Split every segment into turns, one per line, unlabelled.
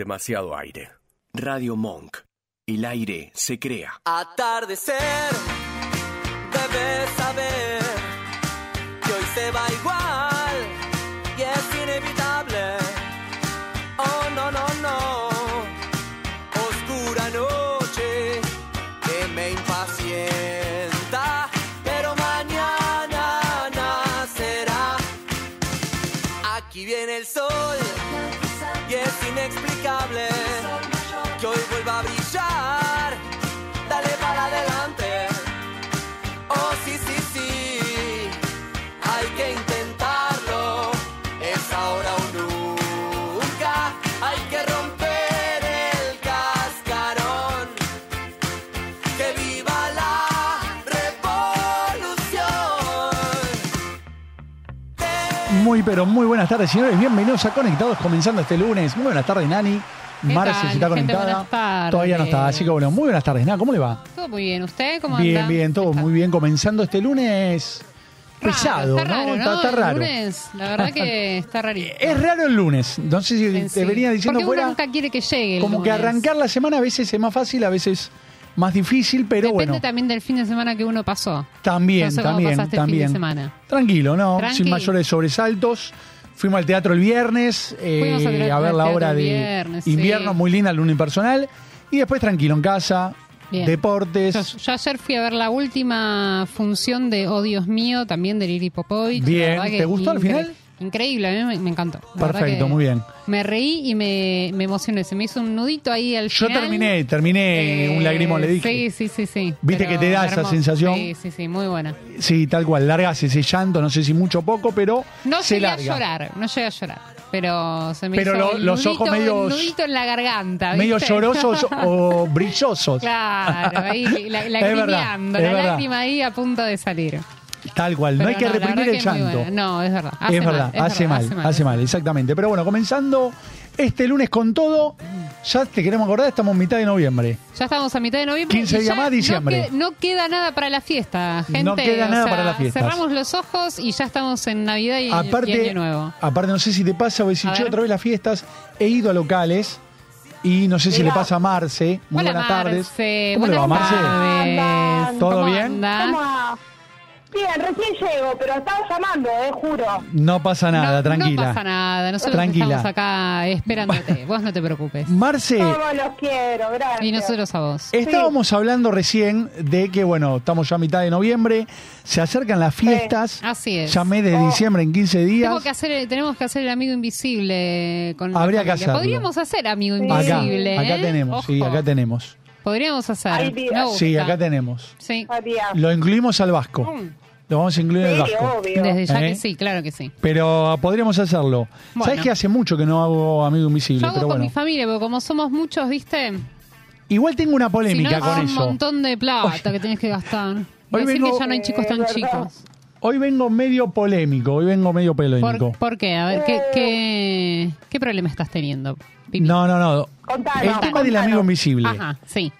demasiado aire. Radio Monk. El aire se crea.
Atardecer, debes saber que hoy se va igual y es inevitable. Oh, no, no, no. Oscura noche que me impacienta, pero mañana nacerá. Aquí viene el sol y es inexplicable que hoy vuelva a brillar. Dale para adelante. Oh, sí, sí, sí. Hay que intentarlo. Es ahora o nunca. Hay que romper el cascarón. Que viva la revolución.
Muy, pero muy buenas tardes, señores. Bienvenidos a Conectados, comenzando este lunes. Muy buenas tardes, Nani.
¿Qué
Marce,
tal,
si está
gente?
conectada.
Buenas tardes.
Todavía no está, así que bueno, muy buenas tardes, Nani. ¿Cómo le va?
Todo muy bien. ¿Usted cómo
bien,
anda?
bien, todo
Está
muy bien. Comenzando este lunes
raro,
pesado,
está raro,
¿no? Está, está
El
raro.
lunes, la verdad que está rarito.
Es raro el lunes. No sé si
En sí.
te venía diciendo
Porque
fuera.
uno nunca quiere que llegue el
como que
lunes.
arrancar la semana a veces es más fácil, a veces más difícil, pero
Depende
bueno.
también del fin de semana que uno pasó.
También,
No sé cómo
también,
pasaste el fin de
también.
semana.
Tranquilo, ¿no?
Tranqui.
Sin mayores sobresaltos. Fuimos al teatro el viernes
Fuimos al
eh,
teatro-
a ver la
al
obra
teatro
de
el viernes, sí.
invierno, muy linda, el unipersonal. Y después tranquilo en casa,
Bien. Yo,
deportes.
yo ayer fui a ver la última función de Oh Dios mío, también de Lili Popovich.
Bien.
La verdad que
¿Te gustó al
incre-
final?
Increíble, a mí me, me encantó. La verdad
Perfecto,
que
muy bien.
Me reí y me, me emocioné. Se me hizo un nudito ahí al
Yo
final.
terminé, terminé
Eh,
un lagrimón, le dije.
Sí, sí, sí, sí.
Viste que te da esa sensación.
Sí, sí, sí, muy buena.
Sí. tal cual, largas ese llanto, no sé si mucho o poco, pero
No
se
llegué
larga.
a llorar, no llegué a llorar. Pero se me
Pero
hizo
lo-
el
los
nudito,
ojos medios-
el nudito en la garganta.
Medio
¿viste?
llorosos o brillosos.
Claro, ahí la,
Es verdad,
lagrimeando,
es
la
verdad.
lágrima ahí a punto de salir.
Tal cual, no
Pero
hay que
la verdad
reprimir
que
el
es muy
llanto.
buena. No, es verdad. Hace
es verdad,
mal, es
hace,
verdad,
mal, hace mal, exactamente. Pero bueno, comenzando este lunes con todo, ya te queremos acordar, estamos en mitad de noviembre.
Ya estamos a mitad de noviembre.
15
y
días
ya
más,
no
diciembre.
que- No, queda nada para la fiesta, gente.
No queda nada
o sea,
para las fiestas.
Cerramos los ojos y ya estamos en Navidad y, y Año Nuevo.
aparte no sé si te pasa o decís,
A
"Che,
ver.
otra vez las fiestas, he ido a locales y no sé si le pasa a Marce. Muy
Hola,
buenas
Marce.
tardes. ¿Cómo le va,
Buenas
Marce?
tardes.
¿Todo
¿Cómo
bien?
andás?
¿Cómo va? Bien, recién llego, pero estaba llamando, eh, juro.
No pasa nada,
no,
tranquila.
No pasa nada, nosotros
Tranquila.
estamos acá esperándote. Vos no te preocupes.
Marce,
Todos los quiero, gracias.
Y nosotros a vos.
estábamos hablando recién de que, bueno, estamos ya a mitad de noviembre, se acercan las fiestas.
Así es.
Llamé de
Oh.
diciembre en 15
Tengo
días.
que hacer, tenemos que hacer el amigo invisible con la
Habría que
familia.
hacerlo.
Podríamos hacer amigo
Acá,
invisible.
acá
¿eh?
tenemos, sí,
Ojo.
acá tenemos.
Podríamos hacer.
Ay, Dios.
Me gusta.
Sí, acá tenemos.
Sí.
Matías.
Lo incluimos al Vasco.
Mm.
Lo vamos a incluir al
Sí,
Vasco.
obvio.
Desde ya
¿Eh?
que sí, claro que sí.
Pero podríamos hacerlo.
Bueno.
Sabes que hace mucho que no hago Amigo
Yo
Invisible,
hago
pero
con
bueno.
mi familia, porque como somos muchos, ¿viste?
Igual tengo una
Si no,
polémica
es
con
un
eso.
montón de plata que tenés que gastar. Voy a decir
vengo-
que ya no hay chicos tan
Eh, ¿verdad?
chicos.
Hoy vengo medio polémico, hoy vengo medio polémico.
¿Por, por qué? A ver, ¿qué, qué, qué problema estás teniendo? Pipi?
No, no, no.
Contanos,
El tema del
contanos.
Amigo Invisible.
Ajá, sí.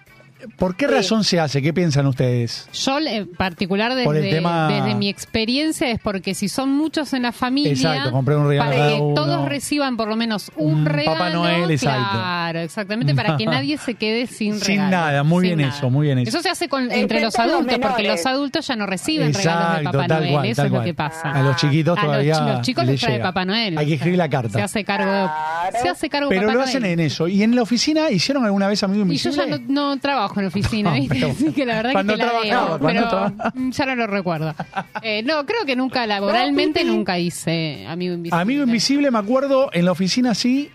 ¿Por qué razón se hace? ¿Qué piensan ustedes?
Yo, en particular,
Por el
desde,
tema-
desde mi experiencia, es porque si son muchos en la familia,
Exacto, compré un regalo
para
cada
que
uno.
todos reciban por lo menos un
Un
regalo.
Papá Noel, exacto.
Claro, exactamente, para que nadie se quede sin
Sin
regalo.
nada, muy bien eso, muy bien eso.
Eso se hace con, entre los
Excepto los
adultos, porque
menores.
los adultos ya no reciben regalos de
Exacto,
Papá
tal
Noel,
cual,
eso
tal
es
cual.
lo que pasa.
A los chiquitos
A los
todavía
chi- los chicos
les
les trae
llega.
Papá Noel.
Hay que escribir la carta.
Se hace cargo, se hace cargo
Pero
Papá
lo hacen
Noel.
en eso. ¿Y en la oficina hicieron alguna vez Amigo
Y yo
Invisible?
ya no, no trabajo en oficina,
No,
¿viste?
pero-
Así que la verdad
Cuando
que te la
trabajaba,
debo,
cuando
pero
trabajaba.
mm, ya no lo recuerdo. Eh, no, creo que nunca, laboralmente nunca hice Amigo Invisible.
Amigo Invisible, me acuerdo, en la oficina sí,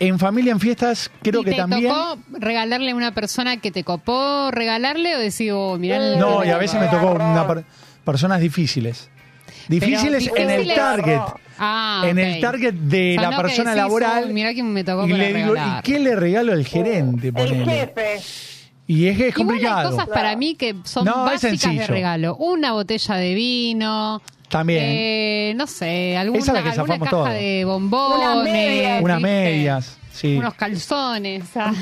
en familia, en fiestas, creo
¿Y
que
te
también.
tocó regalarle a una persona que te copó regalarle o decir, oh, mirá... el-
No, y a veces me tocó
Error.
una per- personas difíciles. Difíciles en el
difíciles-
target.
Ah,
En
ok.
el target de
O sea,
la
no que
persona
decís,
laboral.
"Uy, mirá quién me tocó
y
para
le digo, ¿y
regalar".
qué le regalo al gerente?
El
ponele?
jefe.
Y es que es
Igual
complicado.
hay cosas para mí que son
No, es
básicas de
sencillo.
regalo. Una botella de vino.
También.
eh, no sé, alguna,
Esa es la que
alguna
zafamos
caja
todos.
de bombones.
Unas medias.
Unas
¿viste?
medias, sí.
Unos calzones. ah.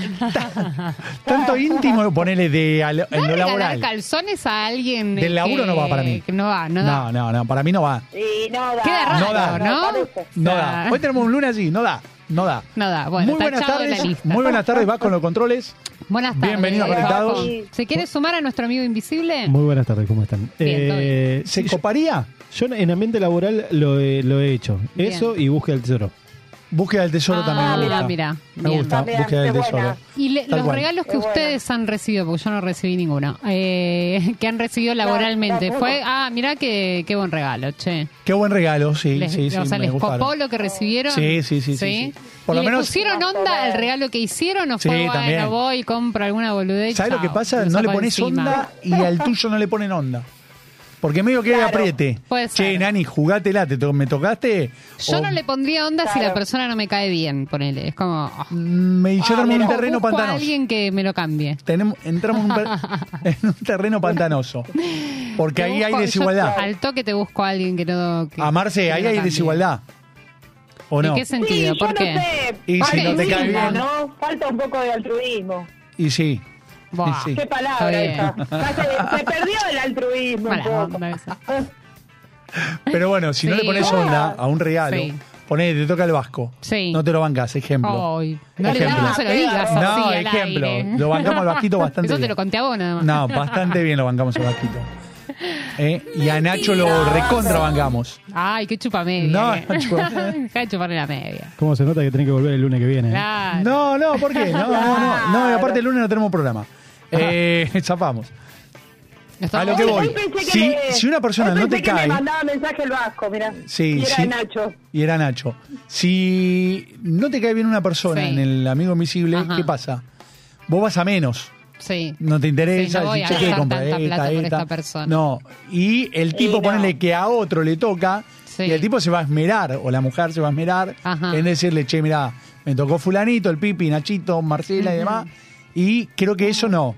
Tanto íntimo, ponele de al- en
Dar
lo
regalar
laboral.
calzones a alguien. eh,
Del laburo
que-
no va para mí.
que no va, no,
no,
da.
no, no, para mí no va.
Y no da.
Queda
No
raro,
da.
¿no?
parece.
No
O sea,
da. Hoy tenemos un lunes así, no da. no da.
No da. Bueno,
muy buenas
tachado de la
tardes.
lista.
Muy buenas tardes, vas con los controles.
Buenas tardes.
Bienvenido a
Juan.
Conectados.
¿Se quiere sumar a nuestro amigo invisible?
Muy buenas tardes, ¿cómo están?
Eh. Bien, todo bien.
Eh,
¿Se
sí, yo,
coparía?
yo en ambiente laboral lo he, lo he hecho.
Bien.
Eso y búsqueda del tesoro.
Búsqueda del tesoro también.
Ah,
me
mira,
gusta.
mira.
Me
Bien.
gusta,
También,
búsqueda del
qué
tesoro.
buena.
Y le-
Tal
los
cual.
regalos que
Qué bueno.
ustedes han recibido, porque yo no recibí ninguno, eh, que han recibido laboralmente,
tampoco.
fue, ah, mirá qué, qué buen regalo, che.
Qué buen regalo, sí,
Les-
sí, sí.
o sea,
me
les
gustaron.
copó lo que recibieron.
Sí, sí, sí, sí, sí. Por
¿Y
lo
le
menos-
pusieron onda al regalo que hicieron o
Sí,
fue, bueno,
también.
voy, compro alguna boludez?
¿Sabes lo que
chao,
pasa?
lo
No le
saco
pones
encima?
onda y al tuyo no le ponen onda. Porque medio que
Claro.
apriete.
Puede
che,
ser.
Nani, jugátela, te to- me tocaste.
Yo
o-
no le pondría onda si la
Claro.
persona no me cae bien, ponele. Es como... ah.
Me yo
Ah,
termo en
mira.
un
O
terreno
busco a
pantanoso.
alguien que me lo cambie.
Tenemos, entramos en un, per- en un terreno pantanoso. Porque
Te
ahí hay
busco- yo
desigualdad.
al toque te busco a alguien que no... que-
A
que
Marce, ahí
me lo
hay
cambie.
desigualdad. ¿O
¿En
no?
qué sentido?
sí,
¿Por
yo
qué?
no sé.
Y
si no te cae
Altruismo,
bien.
¿no? Falta un poco de altruismo.
Y sí.
Buah.
Sí, sí.
Qué
Está
palabra esa.
bien.
Ya Se, se perdió el altruismo. un
Mala
poco.
onda esa.
Pero bueno, si no
Sí.
le pones onda a un regalo,
Sí.
ponés, te toca el vasco.
Sí.
No te lo bancas, ejemplo.
Ay, no, le
Ejemplo.
no se lo digas
No,
así al
ejemplo.
aire.
Lo bancamos al vasquito bastante
Eso te
bien.
lo conté a vos nada más.
No, bastante bien lo bancamos al vasquito. ¿Eh? Y a Nacho lo recontra bancamos.
Ay, qué chupa media.
No,
que-
no chupa-
Deja de chuparle la media.
¿Cómo se nota que tenés que volver el lunes que viene? eh?
Claro.
No, no, ¿por qué? No, no, no. No, y aparte el lunes no tenemos programa. Eh, zafamos.
Nos
a lo
tomamos-
que voy.
Hoy pensé que
Si-
me-
si una persona
hoy
no
pensé
te
que
cae-
Me mandaba mensaje el Vasco, mira.
Sí,
y era
sí.
Nacho.
Y era Nacho. Si no te cae bien una persona
Sí.
en el amigo invisible,
Ajá.
¿qué pasa? Vos vas a menos.
Sí.
No te interesa,
Sí, no voy
decís,
a
"Che, ¿qué
gastar
compra?
tanta
Esta,
plata por
esta".
esta persona.
No. Y el tipo,
no.
ponele que a otro le toca,
Sí.
y el tipo se va a esmerar, o la mujer se va a esmerar,
Ajá.
en decirle, che, mirá, me tocó fulanito, el Pipi, Nachito, Marcela y demás. Y creo que eso no.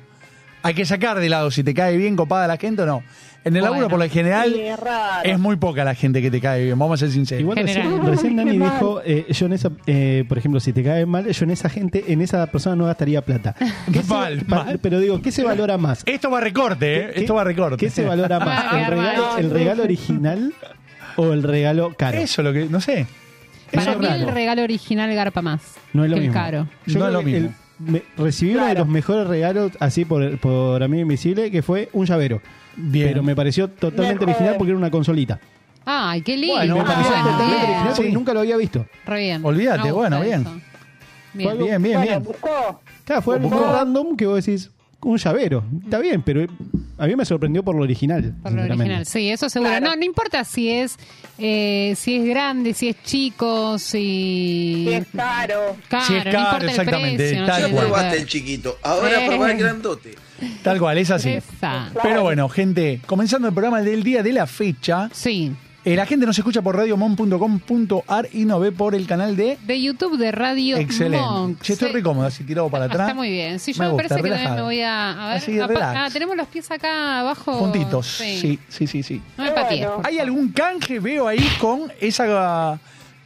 Hay que sacar de lado si te cae bien copada la gente o no. En el
Bueno.
laburo, por lo general,
Sí, es raro.
es muy poca la gente que te cae bien, vamos a ser sinceros.
Igual recién,
General.
recién Dani
Qué mal.
dijo, eh, yo en esa, eh, por ejemplo, si te cae mal, yo en esa gente, en esa persona no gastaría plata. ¿Qué se-
Mal,
pa-
mal.
Pero digo, ¿qué se valora más?
Esto va a recorte, ¿eh?
¿Qué-
Esto va a recorte.
¿Qué se valora más?
Ah,
¿El regalo,
bárbaro.
el regalo original o el regalo caro?
Eso lo que, no sé.
Para
es
mí el
raro.
regalo original garpa más.
No es lo
que el
mismo.
caro.
Yo creo
No es lo
que
mismo.
el- me- recibí uno de
Claro.
los mejores regalos, así por, por Amigo Invisible, que fue un llavero.
Bien.
Pero me pareció totalmente
Mejor.
original porque era una consolita.
Ay, qué lindo.
Y me pareció
Ah,
totalmente
bien.
original porque
Sí.
nunca lo había visto.
Re bien.
Olvídate,
Me gusta
bueno,
eso.
bien.
Bien.
Bien, bien,
Bueno,
bien.
buscó.
Claro, fue algo
Como vos.
random que vos decís, un llavero. Está bien, pero eh, a mí me sorprendió por lo original.
Por lo
sinceramente.
original, sí, eso seguro.
Claro.
No, no importa si es eh, si es grande, si es chico,
Sí,
si
es caro.
caro,
Si es
no
caro,
importa el
exactamente,
precio, no
tal
tiene
Ya
cual.
nada que
probaste
ver.
el chiquito, ahora
Eh.
probá el grandote.
Tal cual, es así.
Esa.
Pero bueno, gente, comenzando el programa del día de la fecha,
Sí,
eh, la gente nos escucha por radiomon.com.ar y nos ve por el canal de
de YouTube de Radio
Excelente.
Monk.
Che, estoy
Sí. Ah,
re cómodo, así tirado para atrás.
Está muy bien. Sí, yo
Me
me,
gusta,
parece que también
relajado.
me voy a. a ver,
Así,
apa-
relax.
ah, tenemos los pies acá abajo.
Juntitos. Sí, sí, sí, sí.
No me patees.
Bueno.
por
¿Hay
favor.
algún canje, veo ahí, con esa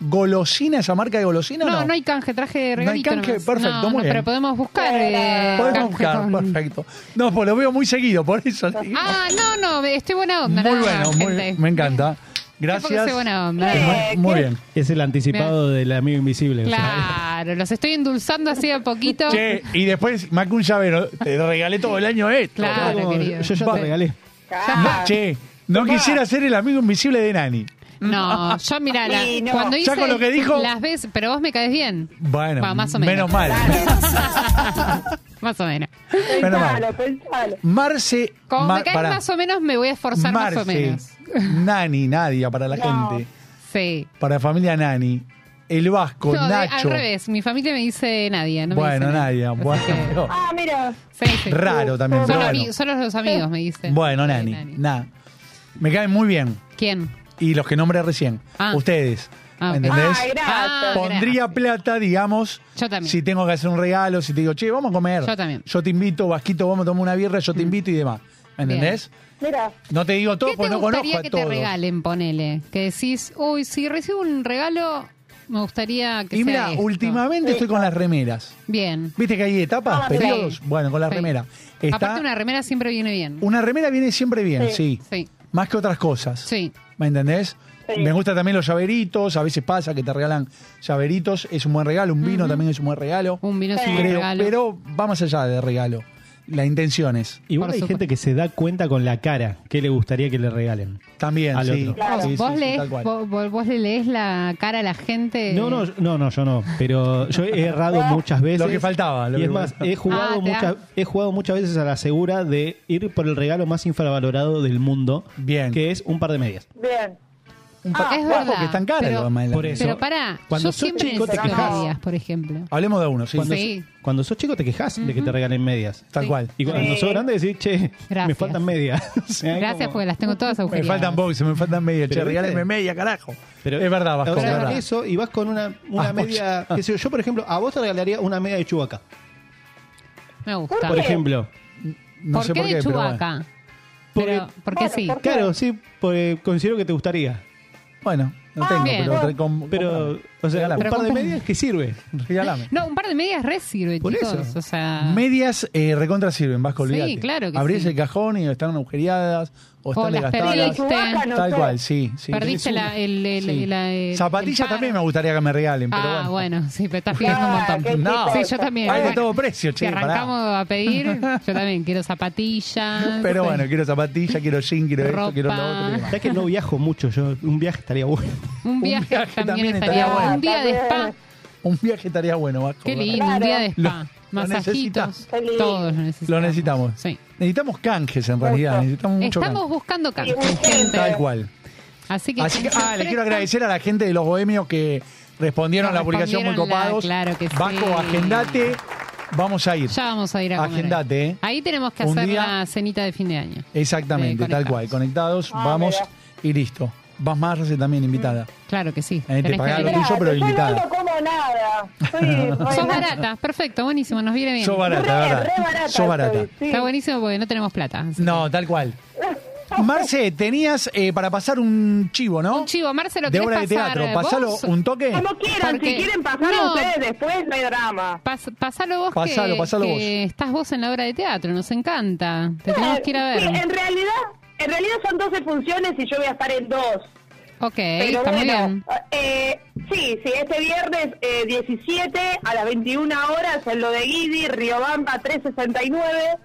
golosina, esa marca de golosina? o
No,
No,
no, hay canje, traje regalito.
canje,
nomás.
perfecto,
No,
muy
no,
bien.
Pero podemos buscar. eh,
Podemos
canje
buscar,
con-
perfecto. No, pues lo veo muy seguido, por eso. digo.
Ah, no, no, estoy buena onda.
muy
nada,
bueno, muy-
gente.
me encanta.
Qué poco
Gracias.
soy buena onda.
Eh, muy, muy bien.
Es el anticipado del amigo invisible. o sea,
Claro, los estoy endulzando así de a poquito.
Che, y después, Mac, un llavero. Te regalé todo el año esto.
Claro,
como,
querido.
Yo ya
Va.
te regalé.
Ah,
Che, no quisiera ser el amigo invisible de Nani.
No, yo mira, la-
Sí, no.
cuando hice
Ya con lo que dijo-
las veces, pero vos me caes bien.
Bueno,
Va, más o menos.
mal.
Más o menos.
Menos
pensalo,
mal.
pensalo.
Marce.
Como
Mar-
me caes
pará.
más o menos, me voy a esforzar más o
Marce,
menos.
Nani, Nadia, para la
No.
gente.
Sí.
Para la familia Nani. El Vasco,
No, de- al
Nacho.
revés, mi familia me dice Nadia. No me
bueno,
dice
Nadia,
Así
bueno.
que-
pero-
Ah, mira.
sí, sí.
Raro también,
Son,
pero
los
bueno.
ami- son los- los amigos, me dicen.
Bueno,
Sí,
Nani, nada. Me caen muy bien.
¿Quién?
Y los que nombré recién.
Ah.
Ustedes.
Ah, ok.
¿Entendés?
Ay, gracias.
Ah,
Pondría
gracias.
plata, digamos.
Yo también.
Si tengo que hacer un regalo, si te digo, che, vamos a comer.
Yo también. Mm.
Yo te invito, Vasquito, vamos a tomar una birra, yo te invito y demás. ¿Me
Bien.
entendés?
Mira.
No te digo todo
¿Qué te
porque no conozco
gustaría
a
que te
todos.
regalen, ponele? Que decís, uy, si recibo un regalo, me gustaría que
y
sea
mira,
esto".
últimamente estoy con las remeras.
Bien.
¿Viste que hay etapas,
Ah, sí.
periodos? Bueno, con la
Sí.
remera. Está,
Aparte
una...
una remera siempre viene bien.
remera viene siempre bien, sí.
Sí,
Más que otras cosas.
sí.
¿Me entendés?
Sí.
Me gustan también los llaveritos, a veces pasa que te regalan llaveritos, es un buen regalo, un vino también es un buen regalo.
Un vino sin
Creo,
regalo.
Pero va más allá de regalo. La intención es.
Igual
Por
hay
supuesto.
gente que se da cuenta con la cara que le gustaría que le regalen.
También,
Al
sí.
otro.
Claro.
Sí, sí,
vos,
sí,
lees,
tal cual.
vos, vos- vos le lees la cara a la gente.
No, no, yo- no, no, yo no. Pero yo he errado muchas veces.
Lo que faltaba, lo
y es
que
más,
faltaba.
he jugado,
Ah, te
muchas,
da-
he jugado muchas veces a la segura de ir por el regalo más infravalorado del mundo.
Bien.
Que es un par de medias.
Bien.
Un par-
Ah,
es
Ojo,
verdad,
que están caras
pero-
los Madeline.
por eso.
Pero pará,
Cuando
yo
sos
siempre
chico te
necesito
quejas.
medias, por ejemplo.
Hablemos de uno, sí.
Cuando,
Sí.
sos- cuando sos chico te quejas de que te regalen medias.
Tal
Sí.
cual.
Y cuando
Sí.
sos grande decís, che, me
Gracias.
faltan medias. O sea, es
Gracias
como-
porque las tengo todas
Me
agujereadas.
faltan boxes, me faltan media. Che,
Pero, ¿viste?
regálenme media, carajo.
Pero-
es verdad, Vasco,
o
es
sea,
verdad.
eso y vas con una, una
Ah,
media. qué sé yo, yo, por ejemplo, a vos te regalaría una media de Chubaca.
Me gusta.
Por
Sí.
ejemplo.
No
¿Por
sé
qué
por qué,
de
pero bueno.
Chubaca?
Porque-
Pero, porque sí.
Bueno, ¿por qué?
Claro, sí, porque considero que te gustaría.
Bueno, no
Ah,
tengo,
bien.
pero, tre- com-
Pero,
comprame.
o sea,
Regalame.
un par de
comprame.
medias que sirve.
Regalame.
No, un par de medias res sirve,
Por
chicos.
eso.
O sea,
Medias eh, recontra sirven, Vasco,
Sí,
olvídate.
claro que
Abrís
sí.
el cajón y están agujereadas o
O
están
las
desgastadas.
perdí.
Chubaca, no
Tal
sé.
cual, sí. sí.
perdiste la, el, el,
Sí.
la- el- el
Zapatillas
par.
también me gustaría que me regalen, pero
Ah,
bueno.
bueno, sí, pero estás pidiendo un
Ah,
montón.
qué No.
Sí, yo también.
Hay de
Bueno,
todo precio,
Si
che, pará.
arrancamos a pedir, yo también quiero zapatillas.
Pero
sí.
bueno, quiero zapatillas, quiero jean, quiero esto, quiero lo
Ropa.
otro. quiero-
Sabes que no viajo mucho, yo un viaje estaría bueno.
Un viaje,
viaje
también,
también
estaría
estaría
bueno.
bueno.
Un día de spa.
También.
Un viaje estaría bueno, Vasco.
Qué
¿verdad?
lindo, un día de spa.
Lo- lo
Masajitos.
necesita. Qué lindo.
Todos lo necesitamos.
Lo necesitamos.
Sí.
Necesitamos canjes, en realidad. Necesitamos mucho
Estamos buscando canje,
Sí,
gente.
canje. Tal cual.
Así que,
Así que,
quienes
ah, le quiero
ofrezcan-
agradecer a la gente de los bohemios que respondieron a la
Nos
publicación muy
respondieron la-
copados.
claro que sí.
Vasco, agendate. Vamos a ir.
Ya vamos a ir a comer.
Agendate, ¿eh?
Ahí tenemos que
Un
hacer
día-
la cenita de fin de año.
Exactamente,
Eh,
tal cual. Conectados,
Ah,
vamos
mira.
y listo. Vas Marce también invitada.
Claro que sí.
eh, te
tenés que
pagás lo
venir.
tuyo, pero
yo no
ilimitada.
lo como nada. Soy
Sos
re-
barata, perfecto, buenísimo, nos viene bien.
Sos barata,
re,
¿verdad?
re barata.
Sos barata.
soy, sí.
Está buenísimo porque no tenemos plata. así.
No, tal cual. Marce, tenías eh, para pasar un chivo, ¿no?
Un chivo, Marcelo,
De
¿querés
obra de
pasar,
teatro.
eh,
Pasalo
vos?
un toque.
Como quieran,
Porque-
si quieren pasarlo
No.
ustedes después, no hay drama.
Pas- pasalo vos
Pasalo,
que,
pasalo
que
vos.
estás vos en la obra de teatro, nos encanta. Te tenemos que ir a ver.
Sí, en realidad, en realidad son 12 funciones y yo voy a estar en dos.
ok,
Pero
está muy
bueno,
bien.
eh, sí, sí, este viernes eh, 17 a las 21 horas en lo de Guidi, Riobamba 369.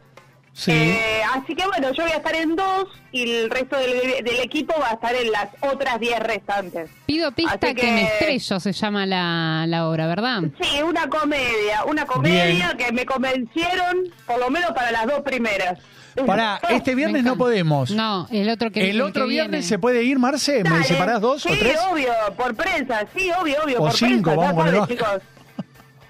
Sí.
Eh, así que bueno, yo voy a estar en dos y el resto del, del equipo va a estar en las otras 10 restantes.
Pido pista que...
así que-
me estrello, se llama la, la obra, ¿verdad?
Sí, una comedia, una comedia que me convencieron, por lo menos para las dos primeras. Ah,
Pará, este viernes
Me
no
encanta.
podemos.
No, el otro que
el
que
otro viernes
viene.
se puede ir, Marce. ¿Me
Dale.
separás dos
sí,
o tres?
obvio, por prensa, sí, obvio, obvio,
O
por
cinco,
prensa,
vamos
ya
con el
saben, chicos.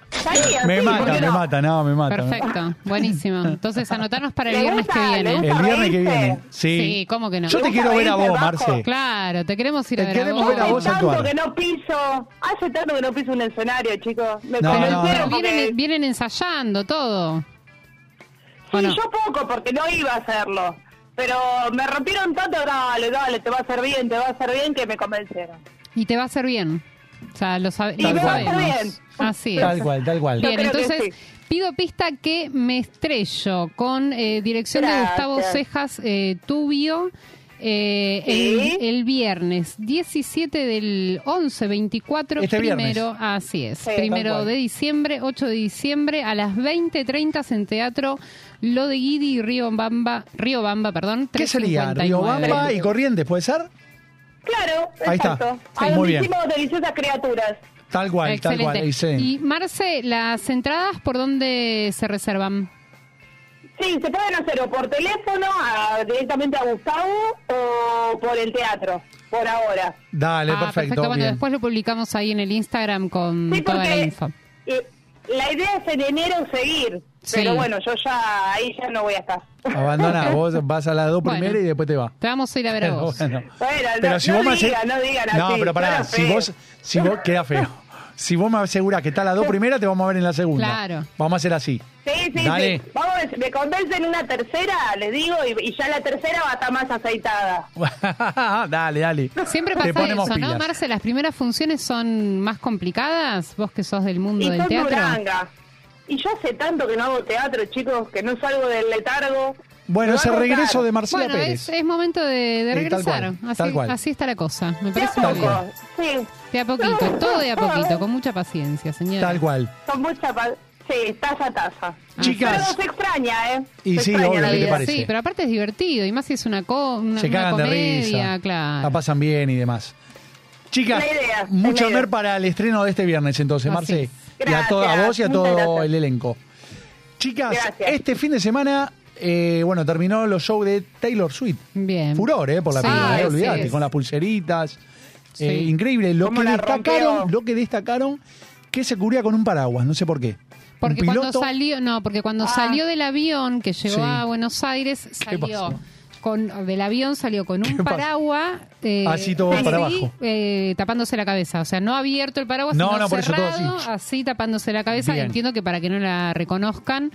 Salía,
Me
sí, ¿por
mata,
qué
me
no?
mata, no, me mata.
Perfecto, buenísimo. Entonces anotarnos para el
¿Le
viernes
gusta?
que
¿Le
viene.
gusta?
El viernes que
reírse?
viene. Sí.
Sí, ¿cómo que no?
Yo
¿Te
te quiero
gusta
ver a vos,
reírte,
Marce.
Vasco?
Claro, te queremos ir
Te
a ver
queremos
a vos.
ver a
Hace
vos
tanto
actuar.
que no piso, hace tanto que no piso un escenario, chicos. Me
No, no,
Pero,
convencieron
pero
no.
porque-
Vienen, vienen ensayando todo. ¿o
Sí,
no?
yo poco, porque no iba a hacerlo. Pero me rompieron tanto, dale, dale, te va a hacer bien, te va a hacer bien, que me convencieron.
Y te va a hacer bien. O sea, lo, sabe-
Y
lo
me va a
sabemos.
hacer bien.
Así es.
Tal cual, tal cual.
Yo
Bien,
creo que
entonces
sí.
pido pista que me estrello con eh, dirección de
Gracias.
Gustavo Cejas eh, Tubio. eh,
Sí.
el, el viernes 17 del 11, 24,
Este viernes.
primero, así es,
Sí,
primero
tal cual.
de diciembre, 8 de diciembre, a las 20.30 en Teatro Lo de Guidi y Río Bamba, Río Bamba, perdón,
¿Qué sería?
3.59.
Riobamba y Corrientes, ¿puede ser?
Claro,
Ahí
exacto.
está. Sí,
A donde
muy bien.
hicimos deliciosas criaturas.
Tal cual,
Excelente.
tal cual. ahí sí.
Y Marce, las entradas, ¿por dónde se reservan?
Sí, se pueden hacer o por teléfono, a- directamente a Gustavo, o por el teatro, por ahora.
Dale,
Ah,
perfecto.
Bueno,
bien.
después lo publicamos ahí en el Instagram con
Sí,
Mm, toda la
porque
info.
eh, la idea es en enero seguir,
Sí.
pero bueno, yo ya ahí ya no voy a estar.
Abandoná, vos vas a las dos
Bueno.
primero y después te vas.
Te vamos a ir a ver a
Pero
vos.
bueno.
Bueno,
Pero
no-
si
no
vos me haces-
digan, no digan
No,
así,
pero pará,
suena
si
feo.
vos, si vos, queda feo. Si vos me asegurás que está la dos primera, te vamos a ver en la segunda.
Claro.
Vamos a hacer así.
Sí, sí,
Dale.
sí. Vamos, a ver, si me convencen una tercera, les digo, y, y ya la tercera va a estar más aceitada.
dale, dale.
Siempre
Te
pasa eso,
ponemos
¿no,
pilas.
Marce? Las primeras funciones son más complicadas, vos que sos del mundo
Y
del
son
teatro.
muranga. Y yo hace tanto que no hago teatro, chicos, que no salgo del letargo.
Bueno,
Me
es el
va a gustar.
regreso de Marcela
Bueno, es, eh,
Pérez.
es momento de, de
Sí, tal
regresar.
cual,
así,
tal cual.
así está la cosa. Me
De a
parece muy bien.
poco, sí.
De a poquito, todo de a poquito, con mucha paciencia, señora.
Tal cual.
Con mucha pa- Sí, taza a taza. Pero
Ah. Chicas,
se extraña, ¿eh?
Y
se
sí,
extraña
obvio,
la
¿qué te
vida.
parece?
Sí, pero aparte es divertido, y más si es una, co una,
se
una
cagan de
comedia,
risa. La
claro.
pasan bien y demás. Chicas,
Es la idea, es
mucho
la idea.
honor para el estreno de este viernes entonces,
Así
Marce.
es.
y a toda
Gracias,
vos y a
muchas
todo
gracias.
el elenco. Chicas,
Gracias.
este fin de semana, eh, bueno, terminó los shows de Taylor Swift.
Bien.
Furor, ¿eh? Por la
Sí,
película,
sí,
eh, olvidate,
sí.
con las pulseritas.
Sí.
Eh, increíble. Lo
¿Cómo
que,
la
destacaron,
rompió?
lo que destacaron, que se cubría con un paraguas, no sé por qué.
Porque
un
cuando
piloto,
salió, no, porque cuando
Ah.
salió del avión que llegó
Sí.
a Buenos Aires,
pasó?
salió con del avión salió con
¿Qué
un
pasó?
paraguas eh,
Así todo para abajo.
eh, tapándose la cabeza, o sea, no abierto el paraguas,
No,
sino
no, por eso todo
cerrado,
así.
así. tapándose la cabeza,
Bien.
entiendo que para que no la reconozcan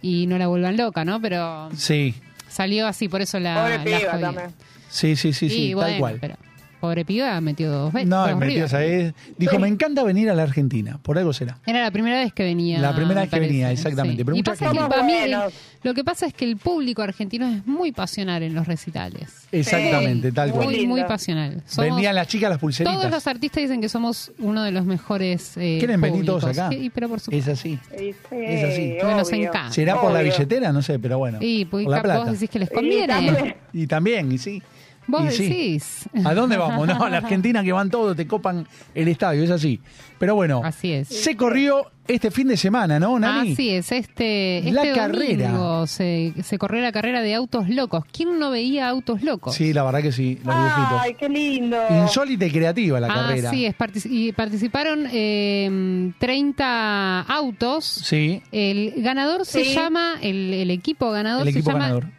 y no la vuelvan loca, ¿no? Pero
Sí,
salió así, por eso la
Pobre
Ah, la
piba
jodí.
también.
sí, sí, sí,
Y
sí
bueno,
tal cual.
pero pobre piba metió dos veces.
No,
dos
metió
ribas.
esa vez. Dijo, me encanta venir a la Argentina, por algo será.
Era la primera vez que venía.
La primera
me
vez que venía, exactamente. Pero
y
mucha
pasa
gente-
que para mí, el-
Somos buenos.
lo que pasa es que el público argentino es muy pasional en los recitales.
Exactamente,
Muy,
tal cual.
Muy,
Lindo.
muy pasional. Somos-
Vendían las chicas las
todos los
pulseritas.
artistas dicen que somos uno de los mejores. eh,
Quieren venir todos
públicos.
acá.
Sí, pero por
Es
supuesto.
así.
Sí,
Es así.
Porque nos
obvio.
encanta.
¿Será por la
Obvio.
billetera? No sé, pero bueno.
Y pues,
por la
cap-
plata.
vos decís que les
Y
conviene.
también-
Y también, y sí.
Vos
Y sí.
decís.
¿A dónde vamos? No, a la Argentina que van todos, te copan el estadio, es así. Pero bueno,
Así es.
se corrió este fin de semana, ¿no, Nani?
Así es, este, este
La
domingo
carrera.
Se, se corrió la carrera de autos locos. ¿Quién no veía autos locos?
Sí, la verdad que sí, los
Ay,
dibujitos.
qué lindo.
Insólita y creativa la carrera.
Así Ah, es, partici- y participaron eh, 30 autos.
Sí.
El ganador se
Sí.
llama, el, el equipo ganador
El equipo
se llama
ganador.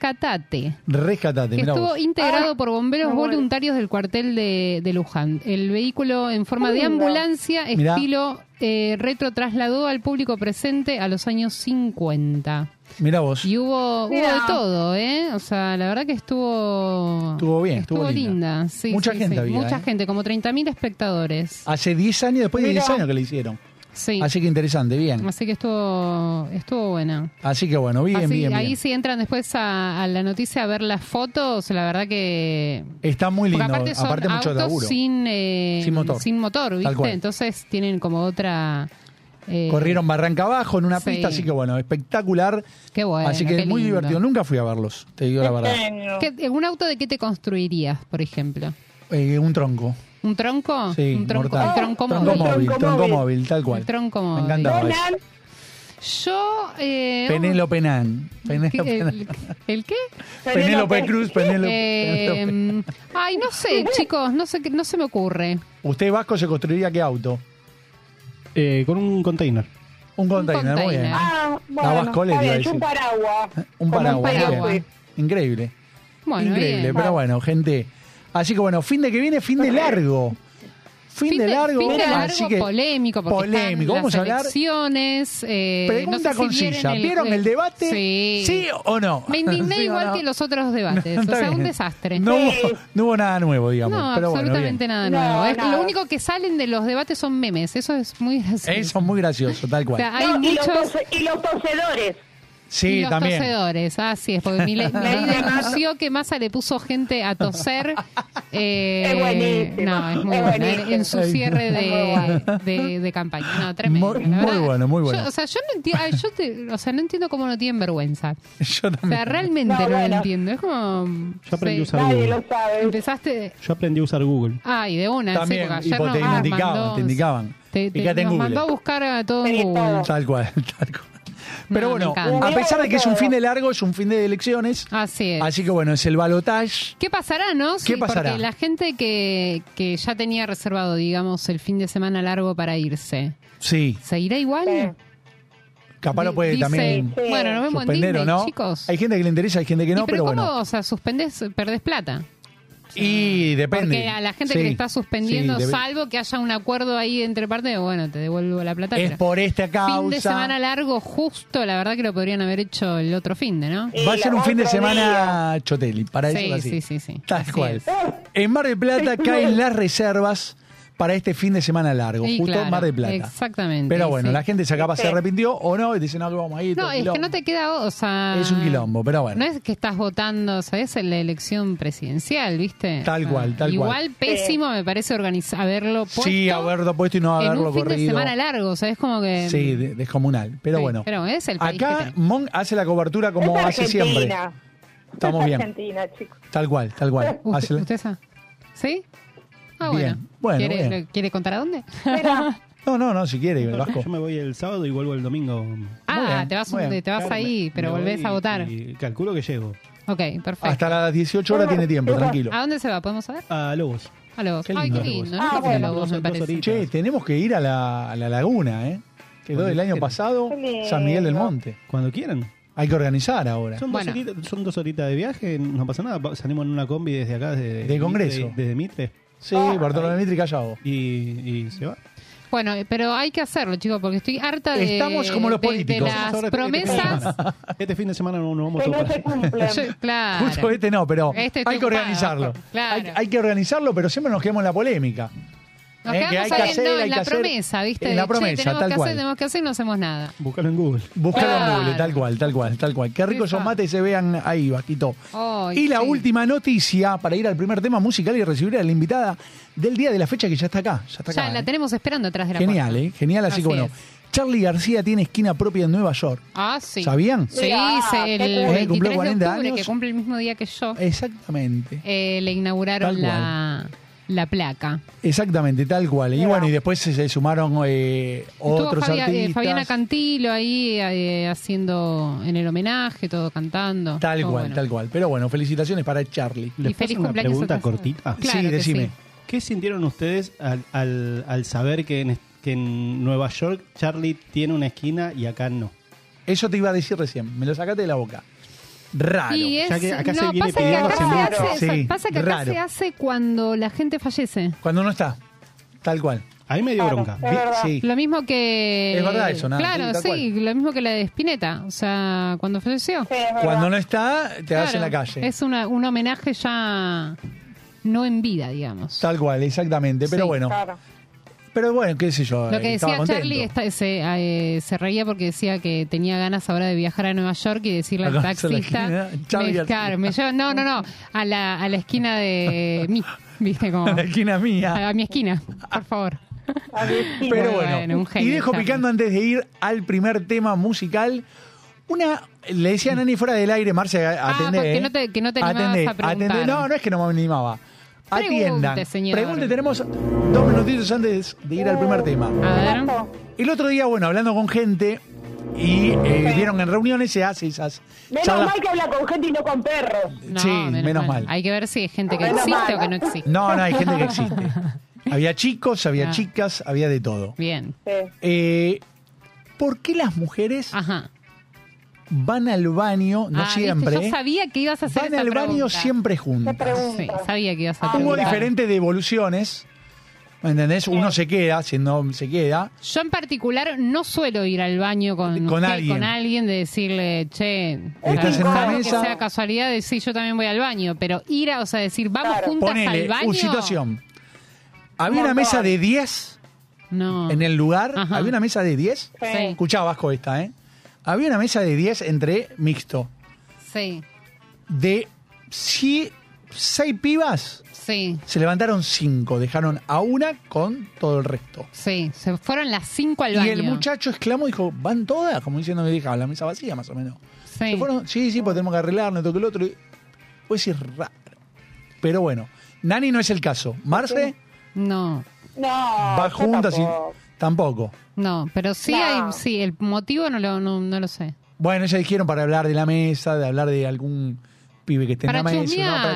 Rescatate,
Rescatate,
que
mirá
estuvo
vos.
integrado
Ah,
por bomberos
me muero.
voluntarios del cuartel de, de Luján. El vehículo en forma de
Qué lindo.
ambulancia,
Mirá.
estilo eh, retro, trasladó al público presente a los años 50.
Mirá vos.
Y hubo, hubo
Mirá.
de todo, ¿eh? O sea, la verdad que estuvo...
Estuvo bien, estuvo linda.
linda. Sí,
Mucha
sí,
gente
sí.
había,
Mucha
¿eh?
gente, como 30.000 espectadores.
Hace 10 años, después de
Mirá.
10 años que le hicieron.
Sí.
Así que interesante, bien.
Así que estuvo, estuvo buena.
Así que bueno, bien,
Así-
bien,
ahí
bien.
si entran después a, a la noticia a ver las fotos, la verdad que...
Está muy
Porque
lindo,
aparte
aparte,
son
mucho laburo.
autos sin, eh,
Sin motor.
motor,
Tal cual.
¿viste? Entonces tienen como otra... eh,
Corrieron barranca abajo en una
Sí.
pista, así que bueno, espectacular.
Qué bueno,
así que
qué
muy
lindo.
divertido. Nunca fui a verlos, te digo la verdad.
Genio.
¿Qué- en ¿Un auto de qué te construirías, por ejemplo?
Eh, un tronco.
¿Un tronco?
Sí,
Ah, un tronco,
mortal.
un tronco
tronco
móvil.
móvil.
Tronco
Tronco
móvil.
móvil, tal cual.
Un tronco
Me
móvil.
encantaba eso.
Donan,
Yo... Eh,
Penelo Penán. Penelo
¿qué-
Penán.
el, el qué?
Penélope Cruz, Penélope.
Eh,
Penélope.
ay, no sé, chicos, no sé, qué- no se me ocurre.
¿Usted Vasco se construiría qué auto?
Eh, con un container.
Un container, muy bien.
container.
Ah, bueno,
Tabasco le
está
iba a
bien,
decir.
un paraguas.
Un
Como
paraguas.
paraguas.
muy bien. Increíble.
Bueno,
Increíble,
bien.
pero bueno, gente. Así que bueno, fin de que viene, fin de largo. Fin, de largo.
fin de largo,
así que
polémico, porque
polémico.
están
Vamos
las
a hablar-
elecciones, eh, no
Pregunta
sé si
concisa.
vieron el-
¿Vieron el debate?
Sí.
o no?
Me indigné
¿Sí o
igual
no?
que los otros debates.
No,
o
está
sea, un
bien.
desastre.
No,
Sí.
hubo, no hubo nada nuevo, digamos.
No,
pero bueno,
absolutamente
bien.
nada
No,
nuevo. Es-
nada.
Lo único que salen de los debates son memes. Eso es muy gracioso.
Eso es muy gracioso, tal
O
cual.
sea, hay
No, y, los
muchos...
pose- y los poseedores.
y
sí,
los
también.
tosedores, así es, porque Milei Milei denunció que Massa le puso gente a toser. eh,
Es buenísimo,
No, es muy
es
bueno.
buenísimo.
En su
Ay,
cierre de,
muy
de- de campaña. No, tremendo.
Muy-
la
muy
verdad.
bueno, muy bueno.
Yo, o sea, yo no entiendo, yo te- o sea, no entiendo cómo no tienen vergüenza.
Yo
O
también.
sea, realmente
No,
no,
bueno.
lo entiendo. Es como.
Yo aprendí a usar
Nadie
Google.
lo sabe.
Empezaste.
Yo aprendí a usar Google.
Ay, de una, sí,
También,
porque
y
ayer
porque te
nos mandó-
indicaban, te indicaban.
Te, te-
Fíjate en
nos
Google.
mandó a buscar a todo en
Sí,
Google.
todo.
Tal cual, tal cual. Pero
me
bueno,
encanta.
a pesar de que es un fin de largo, es un fin de elecciones.
Así es.
Así que bueno, es el balotage.
¿Qué pasará, no?
¿Qué pasará?
Porque la gente que, que ya tenía reservado, digamos, el fin de semana largo para irse,
Sí,
¿se irá igual?
capaz lo
Di-
puede
dice,
también
Sí.
Bueno, nos vemos en
suspender o
Disney,
no.
chicos.
Hay gente que le interesa, hay gente que
Y
no,
pero,
pero,
¿cómo?
bueno.
O sea, suspendés, perdés plata.
Y depende.
Porque a la gente
Sí,
que le está suspendiendo,
sí, debe-
salvo que haya un acuerdo ahí entre partes, bueno, te devuelvo la plata.
Es
pero
por esta causa.
Fin de semana largo justo, la verdad que lo podrían haber hecho el otro fin de, ¿no?
Y
Va a ser
la
un fin de
otro
semana choteli, para
Sí,
eso es así.
sí, sí, sí.
Tal
Así
cual.
es.
En Mar del Plata caen las reservas para este fin de semana largo,
Y
justo
claro,
Mar del Plata.
Exactamente,
Pero bueno,
sí.
la gente se acaba, se
Sí.
arrepintió o no, y dice, no, que vamos a ir. todo
No, es que
quilombo".
no te queda, o sea...
Es un quilombo, pero bueno.
No es que estás votando, ¿sabes? En la elección presidencial, ¿viste?
Tal
O sea,
cual, tal
igual,
cual.
pésimo me parece organizar, haberlo puesto
Sí, haberlo puesto y no
en
haberlo
un fin de
corrido.
semana largo, ¿sabes? Como que...
Sí, de- descomunal. Pero
Em, Sí,
bueno.
pero es el país que
Acá
tenemos.
Mon hace la cobertura como
es
hace
Argentina.
siempre. Estamos
es
bien.
Argentina, chicos.
Tal cual, tal cual.
Usted,
Hace la-
usted sabe. ¿Sí? Ah,
Bien.
bueno.
Bueno,
¿Quiere,
bien.
¿Quiere contar a dónde?
Mira,
No, no, no, si quiere, Vasco.
Yo me voy el sábado y vuelvo el domingo.
Ah,
bien,
te vas,
muy bien.
te vas
Claro,
ahí,
me-
pero
me
volvés
voy
a
y-
votar.
y calculo que llego.
Ok, perfecto.
Hasta las 18 horas tiene tiempo, tranquilo.
¿A dónde se va? ¿Podemos saber?
A Lobos.
A los.
Qué
Ay, qué
lindo.
lindo.
Ah,
Nunca fui a
bueno.
Lobos, me
Dos- dos
parece.
horitas.
Che, tenemos que ir a la, a la laguna, ¿eh? Quedó del año pasado
Qué
San Miguel del
lindo.
Monte.
Cuando quieran.
Hay que organizar ahora.
Son,
Bueno.
dos horitas, son dos horitas de viaje, no pasa nada. Va- Salimos en una combi desde acá, desde
De Congreso.
Desde, Mitre.
Sí,
Ah.
Bartolomé Mitri Callao.
Y, y se va.
Bueno, eh, pero hay que hacerlo, chicos, porque estoy harta de.
Estamos como los
de-
políticos.
De,
Ahora
las
este- este fin de
promesas.
semana. Este fin de semana no nos vamos
que
todos
no
para
se
allá.
cumplen.
Yo- claro.
Justo este no, pero
Este estoy
hay que
ocupada,
organizarlo.
claro.
Hay, hay que organizarlo, pero siempre nos quedamos en la polémica.
Nos
Eh, que
quedamos
hay que
ahí,
hacer,
no,
hay
en
que
la
hacer.
promesa, ¿viste?
En la
De, che,
promesa,
tenemos
tal
que
cual.
hacer, tenemos que hacer y no hacemos nada.
Búscalo en Google.
Buscar
Claro.
en Google, tal cual, tal cual, tal cual. Qué ricos
Sí,
esos
está.
mates se vean ahí, Vasquito.
Ay,
y la
sí.
última noticia para ir al primer tema musical y recibir a la invitada del día de la fecha que ya está acá. Ya está acá.
Ya la
¿eh?
tenemos esperando atrás de la
Genial,
puerta.
¿eh? Genial, así,
Así
como no.
es.
Charlie García tiene esquina propia en Nueva York.
Ah, sí.
¿Sabían?
Sí,
Ah,
se- el
qué cool.
Eh, cumplió
23 de
40
octubre, que
años.
cumple el mismo día que yo,
Exactamente.
eh, le inauguraron
Tal
la, la placa.
Exactamente, tal cual. Y bueno, y después se, se sumaron eh,
Estuvo
otros
Fabia- eh,
artistas.
Fabiana Cantilo ahí eh, haciendo en el homenaje, todo cantando.
Tal
Todo
cual,
bueno.
tal cual. Pero bueno, felicitaciones para Charlie.
Y
¿Les
feliz
paso una
cumpleaños
pregunta
atrasado.
cortita?
Claro
sí,
que
decime.
sí.
¿Qué sintieron ustedes al, al- al saber que en, est- que en Nueva York Charlie tiene una esquina y acá no?
Eso te iba a decir recién, me lo sacaste de la boca. Raro.
Y es,
Ya que acá
no,
se viene
pasa que
pidiendo
acá se
hace
hace,
mucho.
Sí,
pasa que acá
raro.
se hace cuando la gente fallece.
Cuando no está, tal cual.
Ahí me dio
Claro.
bronca.
Es verdad.
Sí.
Lo mismo que...
Es verdad eso, nada, sí,
Claro,
tal
sí, lo mismo que la de Spinetta, o sea, cuando falleció.
Sí, es verdad.
Cuando no está, te das en la
Claro,
calle.
Es una- un homenaje ya no en vida, digamos.
Tal cual, exactamente. Pero
Sí.
bueno,
Claro.
pero bueno, qué sé yo. eh,
Lo que
estaba
decía
contento.
Charlie está- se, eh, se reía porque decía que tenía ganas ahora de viajar a Nueva York y decirle al
Acá se la
taxista,
esquina, Charlie
me,
García.
claro, me lleva- no, no, no, a la, a la esquina de mí, viste como
En la esquina mía.
a mi esquina, por favor.
Agustín.
Pero
Muy
bueno,
Ah, bueno, un genio,
y dejo
Charlie.
picando antes de ir al primer tema musical. Una, le decía a Nani fuera del aire, Marce, a-
Ah,
atendé.
porque
eh.
no te- que no te animabas
Atendé,
a preguntar.
atendé. No, no es que no me animaba.
Pregunte,
Atiendan.
señor.
Pregunte, tenemos dos minutitos antes de ir al primer tema.
A ver,
El otro día, bueno, hablando con gente y eh, vieron en reuniones se hace esas
Menos
charlas-
mal que habla con gente y no con perros.
no,
Sí, menos mal.
Hay que ver si hay gente que
Menos
existe
mal.
o que no existe.
No, no, hay gente que existe. Había chicos, había
Ah.
chicas, había de todo.
Bien,
Sí.
Eh, ¿Por qué las mujeres
ajá.
van al baño, no
Ah, viste,
siempre,
yo sabía que ibas a hacer
van
esa
al baño
pregunta.
siempre juntas?
Sí, sabía que ibas a
Ah,
Hubo
preguntar.
diferentes devoluciones, ¿me entendés? Uno se queda, si no se queda,
Yo en particular no suelo ir al baño con,
Con
usted,
alguien.
con alguien de decirle, che,
Estás en una
salvo
mesa.
que sea casualidad de decir yo también voy al baño, pero ir a, o sea, decir vamos
Claro.
juntas al
ponele,
baño.
una situación. Había una
Montón.
mesa de 10
No.
en el lugar,
Ah. Ajá.
había una mesa de 10.
Sí,
Escuchá, Vasco, esta, ¿eh? Había una mesa de 10 entre mixto.
sí,
De 6 pibas,
sí,
se levantaron 5, dejaron a una con todo el resto.
sí. Se fueron las cinco al baño.
Y el muchacho exclamó, dijo, ¿van todas? Como diciendo, me dejaba la mesa vacía, más o menos.
Sí.
Se fueron, sí, sí, pues tenemos que arreglarnos, toque el otro. Y- Pues sí, es raro. Pero bueno, Nani no es el caso. Marce
No,
No.
va
yo
juntas y...
tampoco.
Tampoco.
no, pero sí
No.
hay, sí, el motivo no lo, no, no lo sé.
Bueno, ya dijeron para hablar de la mesa, de hablar de algún pibe que esté
Para
en la mesa, ¿no?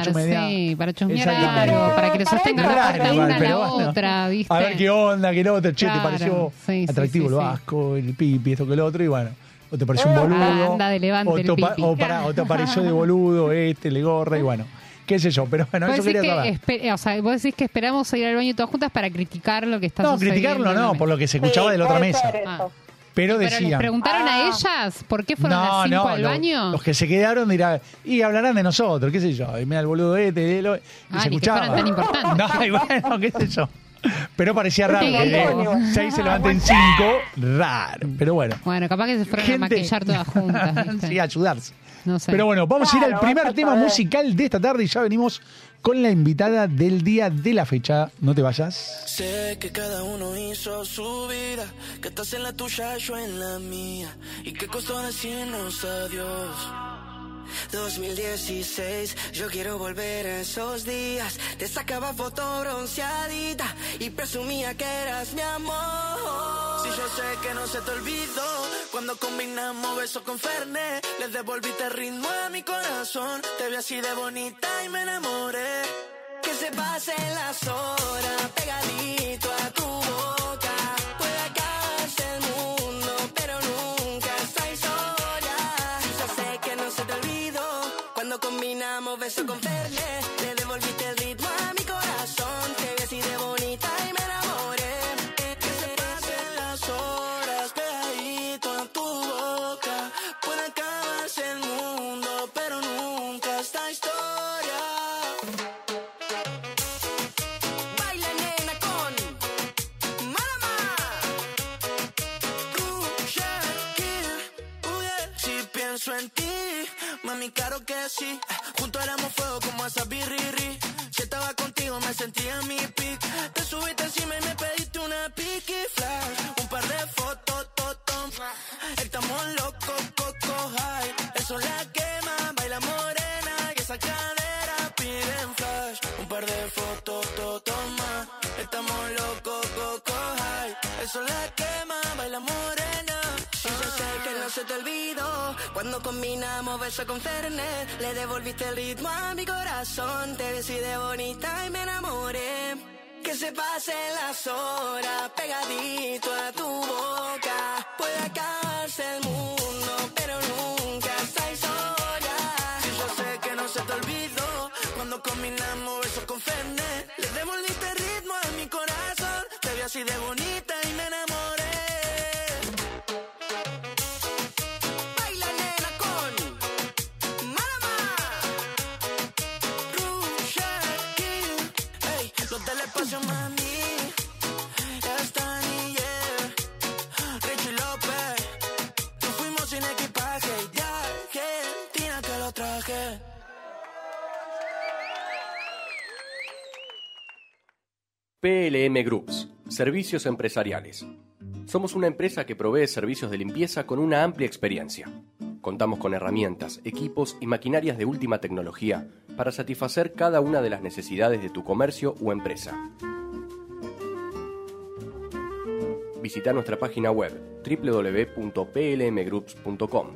chusmear, sí, para chusmear
Exactamente.
algo, para que le
Para
sostenga
eso,
la
Raro,
puerta
para
una
igual,
a
pero
la
bueno.
otra, ¿viste?
A ver qué onda, qué lo otro. Che,
Claro,
te pareció
sí, sí,
atractivo
sí,
el
sí.
vasco, el pipi, esto que lo otro, y bueno. O te pareció un
Ah,
boludo.
anda de levante
o,
el
te pa-
pipi.
o pará, o te apareció de boludo este, le gorra, y bueno. Qué sé yo, pero bueno,
Vos
eso
decís,
quería
Pues que
saber.
espe- o sea, vos decís que esperamos a ir al baño todas juntas para criticar lo que está
No,
sucediendo.
criticarlo no, por lo que se escuchaba
Sí,
de la otra
puede
mesa.
ser eso.
Pero
Pero les
decían.
preguntaron a
Ah.
ellas por qué fueron
No,
las 5
no,
al
lo-
baño.
los que se quedaron dirán, y hablarán de nosotros, qué sé yo, y mira el boludo este, y, lo- y
Ah,
se
ni que
escuchaba.
fueran tan importantes.
No, y bueno, qué sé yo. Pero parecía raro.
Porque
que
Antonio.
seis se levanten cinco, raro. Pero bueno.
Bueno, capaz que se fueron a
Gente-
maquillar todas juntas. ¿viste?
sí, ayudarse.
No sé.
Pero bueno, vamos a ir al
Claro,
primer
vas a
tema
saber.
musical de esta tarde y ya venimos con la invitada del día de la fecha. No te vayas.
Sé que cada uno hizo su vida, que estás en la tuya, yo en la mía, y que costó decirnos adiós. 2016, yo quiero volver a esos días. Te sacaba foto bronceadita y presumía que eras mi amor. Si yo sé que no se te olvidó, cuando combinamos besos con Fernet, le devolviste el ritmo a mi corazón. Te vi así de bonita y me enamoré. Que se pasen las horas pegadito a tu boca. Puede acabarse el mundo, pero nunca estáis sola. Yo sé que no se te olvidó cuando combinamos beso con verde. Le devolviste el ritmo a mi corazón. Te vi así de bonita y me enamoré. Que se pasen las horas pegadito a tu boca. Puede acabarse el mundo, pero nunca esta historia. Baila nena con Mama Si pienso en ti Mami, claro que sí Juntos éramos fuego como esa birri Si estaba contigo me sentía en mi pic Te subiste encima y me pediste una piqui flash Un par de fotos, totom Estamos locos, coco high Eso la quema, baila morena Y esa cadera piden flash Un par de fotos, todo toma Estamos locos, coco high Eso la quema, baila morena Y yo sé que no se te olvidó Cuando combinamos beso con Fernet Le devolviste el ritmo a mi corazón Te decidí bonita y me enamoré que se pasen las horas pegadito a tu boca. Puede acabarse el mundo, pero nunca estáis sola. Si yo sé que no se te olvidó cuando combinamos eso con Fernet. Le devolviste el ritmo a mi corazón. Te vi así de bonita y me enamoré. Baila nena con Marama. Rush King. Ey, los del espacio, mami. Están y yeah. Richie López. Nos fuimos sin equipaje. Y de Argentina te lo traje.
PLM Groups, Servicios Empresariales. Somos una empresa que provee servicios de limpieza con una amplia experiencia. Contamos con herramientas, equipos y maquinarias de última tecnología para satisfacer cada una de las necesidades de tu comercio o empresa. Visita nuestra página web www.plmgroups.com.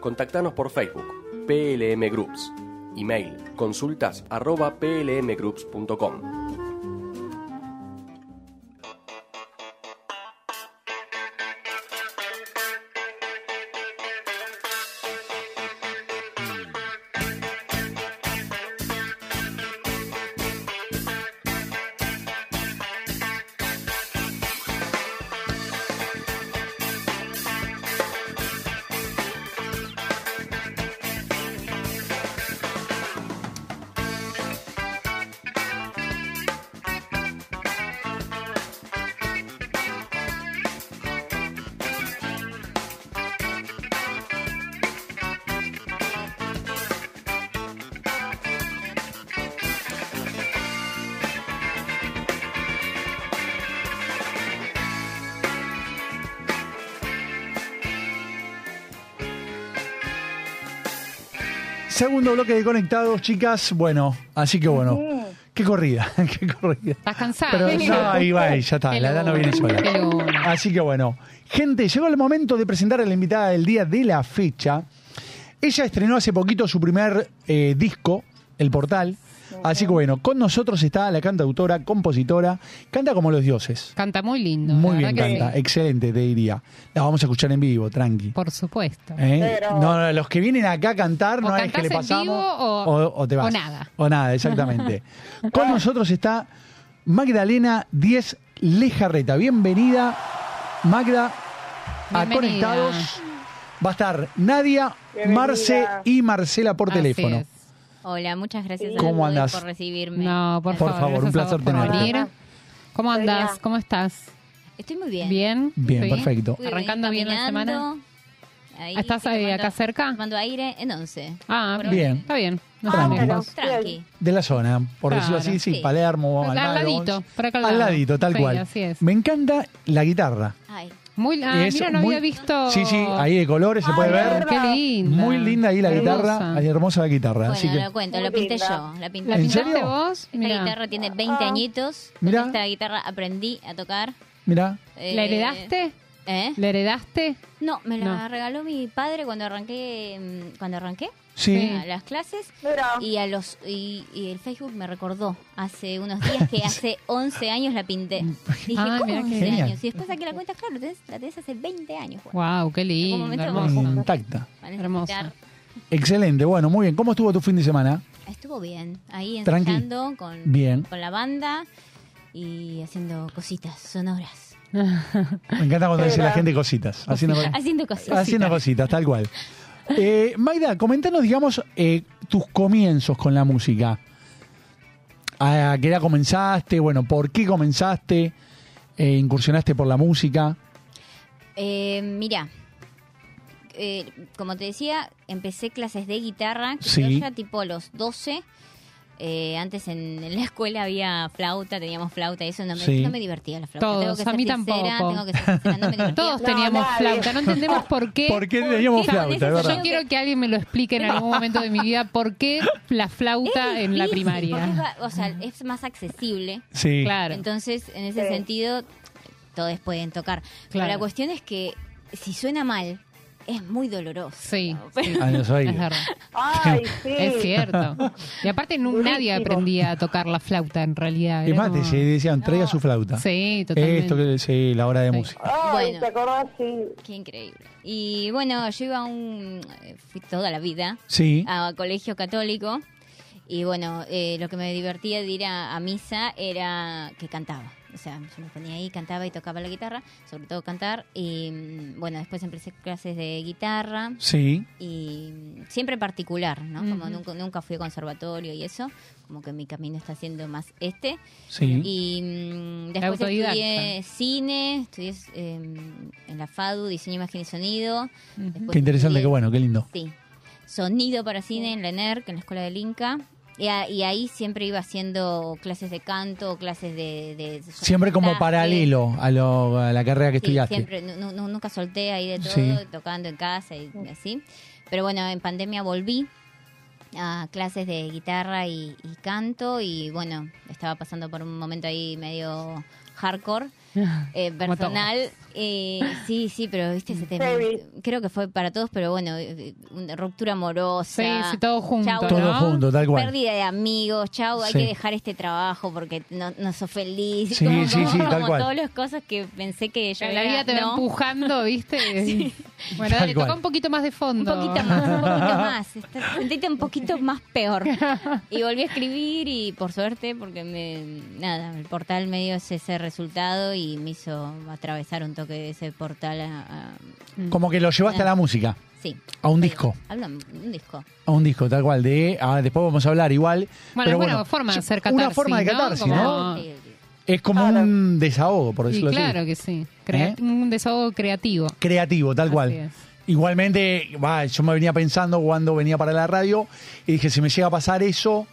Contactanos por Facebook, PLM Groups. Email, consultas arroba plmgroups.com.
Segundo bloque de conectados, chicas. Bueno, así que bueno. Qué corrida, qué corrida.
Estás cansada. ¿eh?
Pero
Qué
no, ahí va, ahí, ya está.
Qué
La edad no viene
luna,
sola.
qué luna.
Así que bueno, gente, llegó el momento de presentar a la invitada del día de la fecha. Ella estrenó hace poquito su primer eh, disco, El Portal. Así que bueno, con nosotros está la cantautora, compositora, canta como los dioses.
Canta muy lindo.
Muy
la
bien
verdad que
canta,
sí.
excelente, te diría. La vamos a escuchar en vivo, tranqui.
Por supuesto.
¿Eh?
Pero-
No, no, los que vienen acá a cantar
O
no es que
cantás
le
en
pasamos
vivo o-
te vas.
o nada.
O nada, exactamente. Con nosotros está Magdalena 10 Lejarreta. Bienvenida, Magda, a
Bienvenida.
Conectados. Va a estar Nadia,
Bienvenida.
Marce y Marcela por
Así
teléfono.
es.
Hola, muchas gracias a
¿Cómo
Ludovic
andás?
por recibirme.
No, por,
Por
favor.
favor, un
gracias a
placer
vos por
tenerte.
venir. ¿Cómo andás?
Hola.
¿Cómo estás?
Estoy muy bien.
Bien.
Bien,
¿Sí?
perfecto.
Pude
Arrancando
venir
bien la
caminando.
semana.
Ahí
Ah, ¿Estás
estoy
ahí,
tomando-
acá cerca?
Tomando aire en 11.
Ah,
Por
Bien.
ahora.
Está bien. No
Ah,
está
bueno.
lejos.
Tranqui.
De la zona, por
Claro,
decirlo así, sí,
sí.
Palermo,
Al
Almagro,
ladito,
Once.
por acá al
Al
lado.
ladito, tal
Sí,
cual.
así es.
Me encanta la guitarra.
Ay,
Muy, ah,
Es
mira, no
muy-
había visto.
Sí, sí, ahí de colores se
Ay,
puede
es
ver.
verdad.
Oh. Qué linda.
Muy linda ahí la guitarra, ahí hermosa la guitarra.
bueno,
así que,
lo cuento,
Muy
lo pinté
linda. Ah.
yo. La pinté
¿La
¿En
yo.
pintaste
serio?
vos?
Esta
Mirá.
guitarra tiene 20 añitos.
Mirá.
Esta guitarra aprendí a tocar.
mira,
Eh,
¿La heredaste?
¿Eh?
¿La heredaste?
No, me la
No.
regaló mi padre cuando arranqué, mm, cuando arranqué
sí,
a las clases
Mira.
y a los y, y el Facebook me recordó hace unos días que hace 11 años la pinté. Dije,
Ah,
¿cómo
mirá qué
11
genial.
años? Y después saqué la cuenta, claro, tenés- la tenés hace 20 años. Juan.
Wow, qué
algún
lindo,
momento
hermoso.
intacta.
Van a
hermoso.
necesitar-
Excelente, bueno, muy bien. ¿Cómo estuvo tu fin de semana?
Estuvo bien, ahí
Tranqui.
ensayando con,
Bien.
con la banda y haciendo cositas sonoras.
Me encanta cuando dice la
Era.
gente cositas. Haciendo,
Haciendo cositas.
haciendo cositas, tal cual. Eh, Maida, comentanos, digamos, eh, tus comienzos con la música. ¿A qué edad comenzaste? Bueno, ¿por qué comenzaste? Eh, ¿Incursionaste por la música?
Eh, mira, eh, como te decía, empecé clases de guitarra, que
Sí.
yo ya tipo a los 12. eh, antes en, en la escuela había flauta, teníamos flauta, y eso no me,
Sí.
no me divertía la flauta.
Todos,
tengo que
a
ser
mí
sincera,
tampoco.
tengo que ser sincera, no me divertía.
Todos
No,
teníamos
nadie.
flauta, no entendemos por qué.
¿Por qué teníamos
qué?
flauta? es
Yo
verdad?
Yo quiero que alguien me lo explique en algún momento de mi vida por qué la flauta
Es
en la
difícil, porque
primaria.
es ba- O sea, es más accesible.
Sí.
Claro.
Entonces, en ese
Sí.
sentido, todos pueden tocar. Pero
Claro.
la cuestión es que si suena mal, es muy doloroso.
Sí,
Ah, no sabía.
es verdad.
Ay, sí.
Es cierto. Y aparte nu-
Durísimo.
nadie aprendía a tocar la flauta en realidad.
Es
era
más,
como-
te decían, traiga su flauta.
Sí, totalmente.
Esto que sí, la hora de
Sí.
música.
Ay,
Bueno.
¿te acordás? Sí.
Qué increíble. Y bueno, yo iba a un... eh, Fui toda la vida
Sí.
Ah.
a colegio católico. Y bueno, eh, lo que me divertía de ir a, a misa era que cantaba. O sea, yo me ponía ahí, cantaba y tocaba la guitarra, sobre todo cantar. Y mm, bueno, después empecé clases de guitarra.
Sí.
y siempre particular, ¿no? Como
Ujú.
nunca, nunca fui a conservatorio y eso, como que mi camino está siendo más este.
Sí.
Y mm, después
Autodidacta.
estudié cine, estudié eh, en la FADU, diseño, imagen y sonido. Después
Pues
Qué interesante,
estudié-
qué bueno, qué lindo.
Sí, sonido para cine en la ENERC, en la Escuela del Inca. Y, a- y ahí siempre iba haciendo clases de canto, clases de... de- de
Siempre como
solfestaje.
paralelo a, lo- a la carrera que
Sí,
estudiaste.
siempre, nu- nu- nunca solté ahí de todo,
Sí.
tocando en casa y así. Pero bueno, en pandemia volví a clases de guitarra y, y canto y bueno, estaba pasando por un momento ahí medio hardcore. eh,
Como
personal, eh, sí, sí, pero viste, se te-
Heavy.
creo que fue para todos, pero bueno, eh, una ruptura amorosa.
Sí, sí, todo junto,
Chau,
Todo
¿no?
junto, tal cual.
Pérdida de amigos, chau, hay
Sí.
que dejar este trabajo porque no, no sos feliz.
Sí,
como,
sí,
como-
sí, tal
como
cual.
todas las cosas que pensé que yo
La
era,
vida te va
no.
empujando, ¿viste? Bueno,
Tal
dale, toca
cual.
un poquito más de
Un
fondo.
poquito más, un poquito más. Está- Sentite un poquito más peor. Y volví a escribir y por suerte, porque me, nada, el portal me dio ese, ese resultado y me hizo atravesar un toque de ese portal a, a-
Mm.
Como que lo llevaste a la música,
sí.
a un disco.
Hablo de un disco.
A un disco, tal cual. De, ah, después vamos a hablar igual.
Bueno,
pero
es una
bueno,
forma de
sí,
hacer
Una
catarsis,
forma de
¿no?
catarsis,
Como-
¿no?
Ah.
Sí, sí.
Es como
Claro.
un desahogo, por
Y
decirlo
claro
así.
que sí. Crea-
¿Eh?
Un desahogo creativo.
Creativo, tal
Así
cual.
es.
Igualmente, va, yo me venía pensando cuando venía para la radio y dije, si me llega a pasar eso,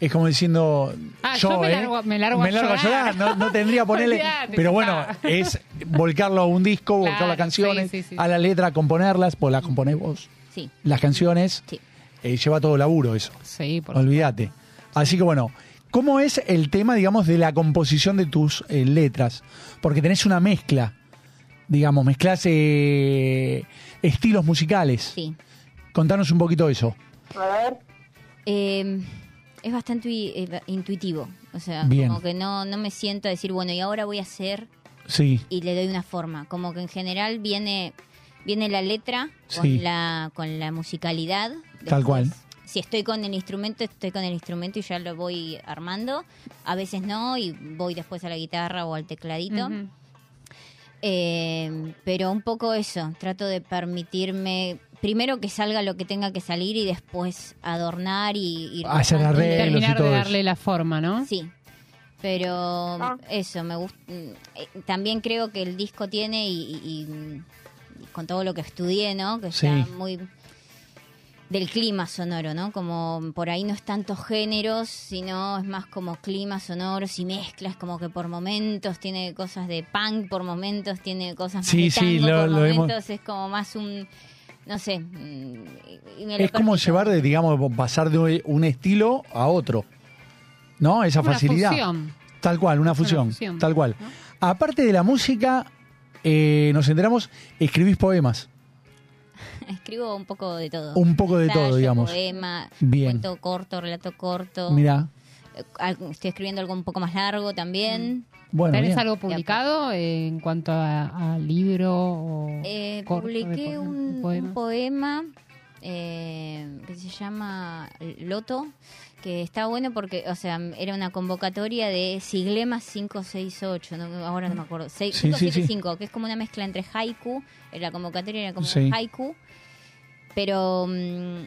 es como diciendo,
Ah,
yo,
yo me
¿eh?
largo- me largo a
a llorar,
llorar.
no, no tendría ponerle...
Olvídate,
pero bueno,
papá.
es volcarlo a un disco, volcar
Claro,
las canciones,
sí, sí, sí.
a la letra, componerlas, pues las componés vos,
Sí,
las canciones,
sí.
eh, lleva todo laburo eso,
Sí, por
olvídate. Así que bueno, ¿cómo es el tema, digamos, de la composición de tus eh, letras? Porque tenés una mezcla, digamos, mezclas eh, estilos musicales.
sí.
Contanos un poquito eso.
A ver.
Eh, es bastante i- eh, intuitivo. O sea,
Bien.
como que no, no me siento a decir, bueno, y ahora voy a hacer
Sí,
y le doy una forma. Como que en general viene, viene la letra con
Sí.
la, con la musicalidad.
Tal cual.
Si estoy con el instrumento, estoy con el instrumento y ya lo voy armando. A veces no, y voy después a la guitarra o al tecladito.
Ujú.
Eh, pero un poco eso, trato de permitirme primero que salga lo que tenga que salir y después adornar y ir
Hacer
tratando de-
arreglos.
Terminar
todo
de
eso.
darle la forma, ¿no?
Sí. Pero eso, me gusta. También creo que el disco tiene y, y- y con todo lo que estudié, ¿no? Que está
Sí.
muy del clima sonoro, ¿no? Como por ahí no es tantos géneros, sino es más como climas sonoros y mezclas, como que por momentos tiene cosas de punk, por momentos tiene cosas más
Sí,
de
sí,
tango,
lo-
por
lo hemos-
momentos es como más un no sé, mm, y- y me lo
Es como
permito.
llevar, de, digamos, pasar de un estilo a otro. ¿No? Esa
Una
facilidad.
fusión.
Tal cual, una fusión.
fusión,
tal cual. Aparte de la música, eh, nos enteramos, escribís poemas.
Escribo un poco de todo.
Un poco de
Ensayo,
todo, digamos.
Poema,
Bien.
cuento corto, relato corto.
Mirá.
Eh, algo- Estoy escribiendo algo un poco más largo también.
Bueno,
¿Tenés
bien.
algo publicado eh, en cuanto a, a libro o
Eh,
corto de
publiqué
po-
un, un
poema?
poema, eh, que se llama Loto, que está bueno porque, o sea, era una convocatoria de siglemas 568, no, ahora no me acuerdo, seis-
Sí, sí, sí.
575, que es como una mezcla entre haiku, eh, la convocatoria era como
Sí.
haiku, pero... mm,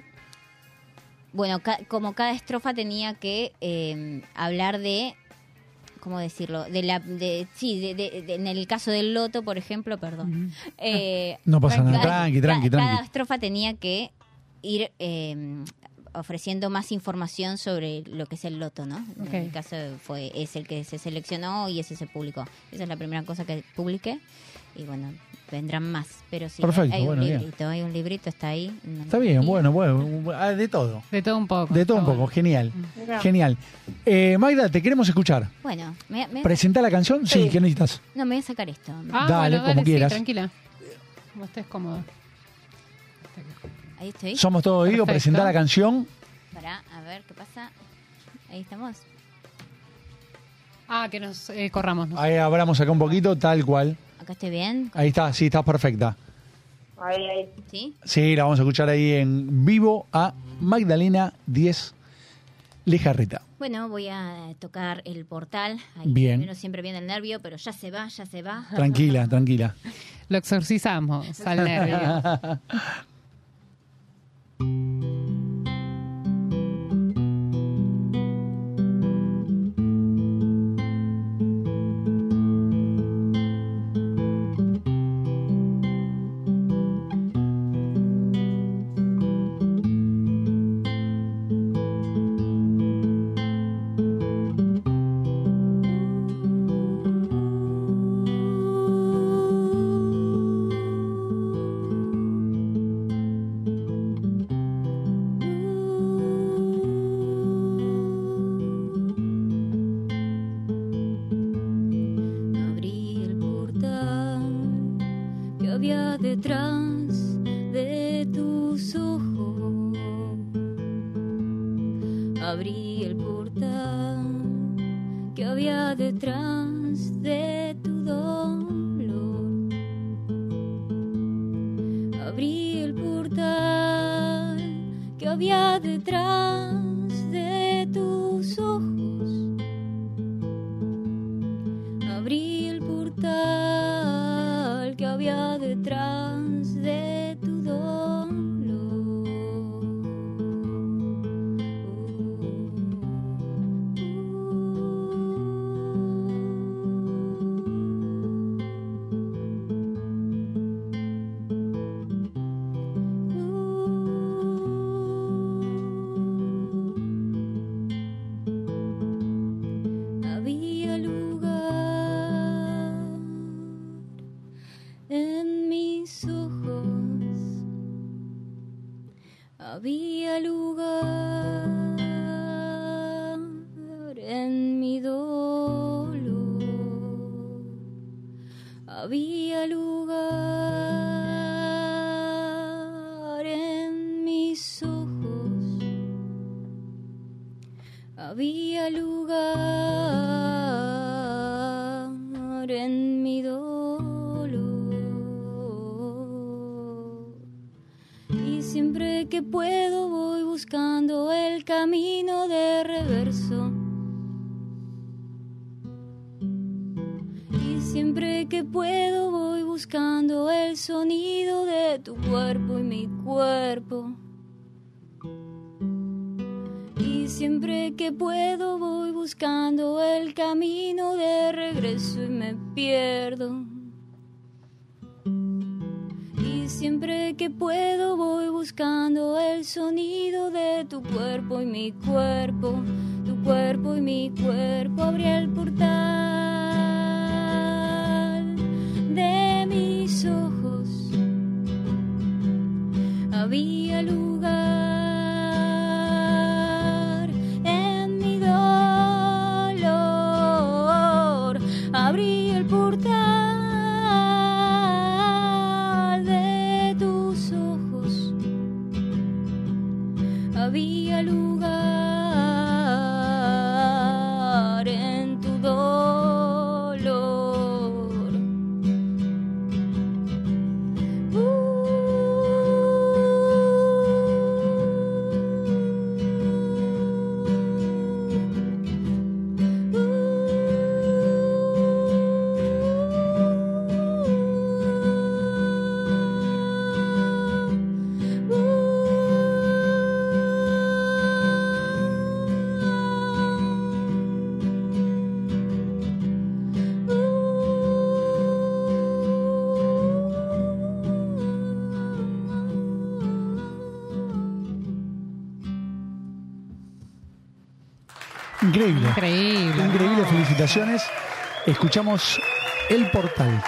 bueno, ca- como cada estrofa tenía que eh, hablar de ¿cómo decirlo? De la, de, sí, de, de- de- en el caso del loto, por ejemplo, perdón. Eh,
No pasa nada,
cada-
tranqui, tranqui,
ca-
tranqui.
Cada estrofa tenía que ir eh, ofreciendo más información sobre lo que es el loto, ¿no?
Ok.
En el caso fue, es el que se seleccionó y ese se publicó. Esa es la primera cosa que publiqué. Y bueno, vendrán más. Pero sí,
Perfecto,
hay un
bueno, bien.
librito, hay un librito, está ahí.
Está bien, bueno, bueno. ah, De todo.
De todo un poco.
De todo un
está
poco.
bueno.
Genial. Genial. Eh, Magda, te queremos escuchar.
Bueno, me- me-
¿Presenta la canción? Sí, ¿qué necesitas?
no, me voy a sacar esto.
Ah,
Dale,
bueno,
como
dale, sí,
quieras.
tranquila. Como estés cómoda.
Ahí estoy.
Somos todo oído,
Perfecto.
presenta la canción.
Pará, a ver qué pasa. Ahí estamos.
Ah, que nos eh, corramos. ¿no?
Ahí abramos acá un poquito, tal cual.
Acá estoy bien,
Ahí está, sí, estás perfecta.
Ahí, ahí.
¿sí?
Sí, la vamos a escuchar ahí en vivo a Magdalena 10 Lejarreta.
Bueno, voy a tocar el portal. Ahí
Bien.
Primero siempre viene el nervio, pero ya se va, ya se va.
Tranquila, tranquila.
Lo exorcizamos al nervio.
Abrí el portal que había detrás de tus ojos. Abrí el portal que había detrás de tu dolor. Abrí el portal que había detrás de tus ojos. Abrí el portal que había detrás de tu dolor. había lugar en mis ojos. Había lugar en mi dolor. Había lugar en mis ojos. Había lugar en mi dolor. Y siempre que puedo voy buscando el camino de reverso. Y siempre que puedo voy buscando el sonido de tu cuerpo y mi cuerpo.
Y siempre que puedo voy buscando el camino de regreso y me pierdo. Y siempre que puedo voy buscando el sonido de tu cuerpo y mi cuerpo, tu cuerpo y mi cuerpo. Abrí el portal de mis ojos. Había lugar en mi dolor. Abrí el portal de tus ojos. Había lugar en tu dolor.
Increíble.
Increíble.
Increíble, felicitaciones. Escuchamos El Portal.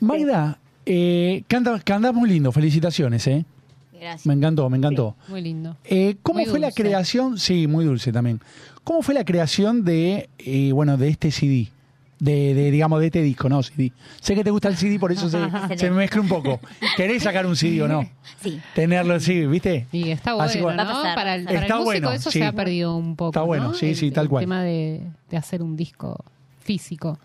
Magda, eh, canta- cantás muy lindo, felicitaciones, ¿eh?
Gracias.
Me encantó, me encantó.
Muy lindo.
Eh, ¿Cómo
Muy
fue la
dulce.
creación? Sí, muy dulce también. ¿Cómo fue la creación de, eh, bueno, de este CD? De, de, digamos, de este disco, ¿no? CD. Sé que te gusta el CD, por eso se, se me mezcla un poco. ¿Querés sacar un CD o no?
Sí.
Tenerlo así, ¿viste?
Y está
Así que bueno.
bueno, ¿no?
Va a pasar,
para el, para el
va a
pasar. Está
músico
bueno,
eso
sí.
se ha perdido un poco.
Está bueno,
¿no?
sí, sí,
El-
tal cual.
El tema de, de hacer un disco físico.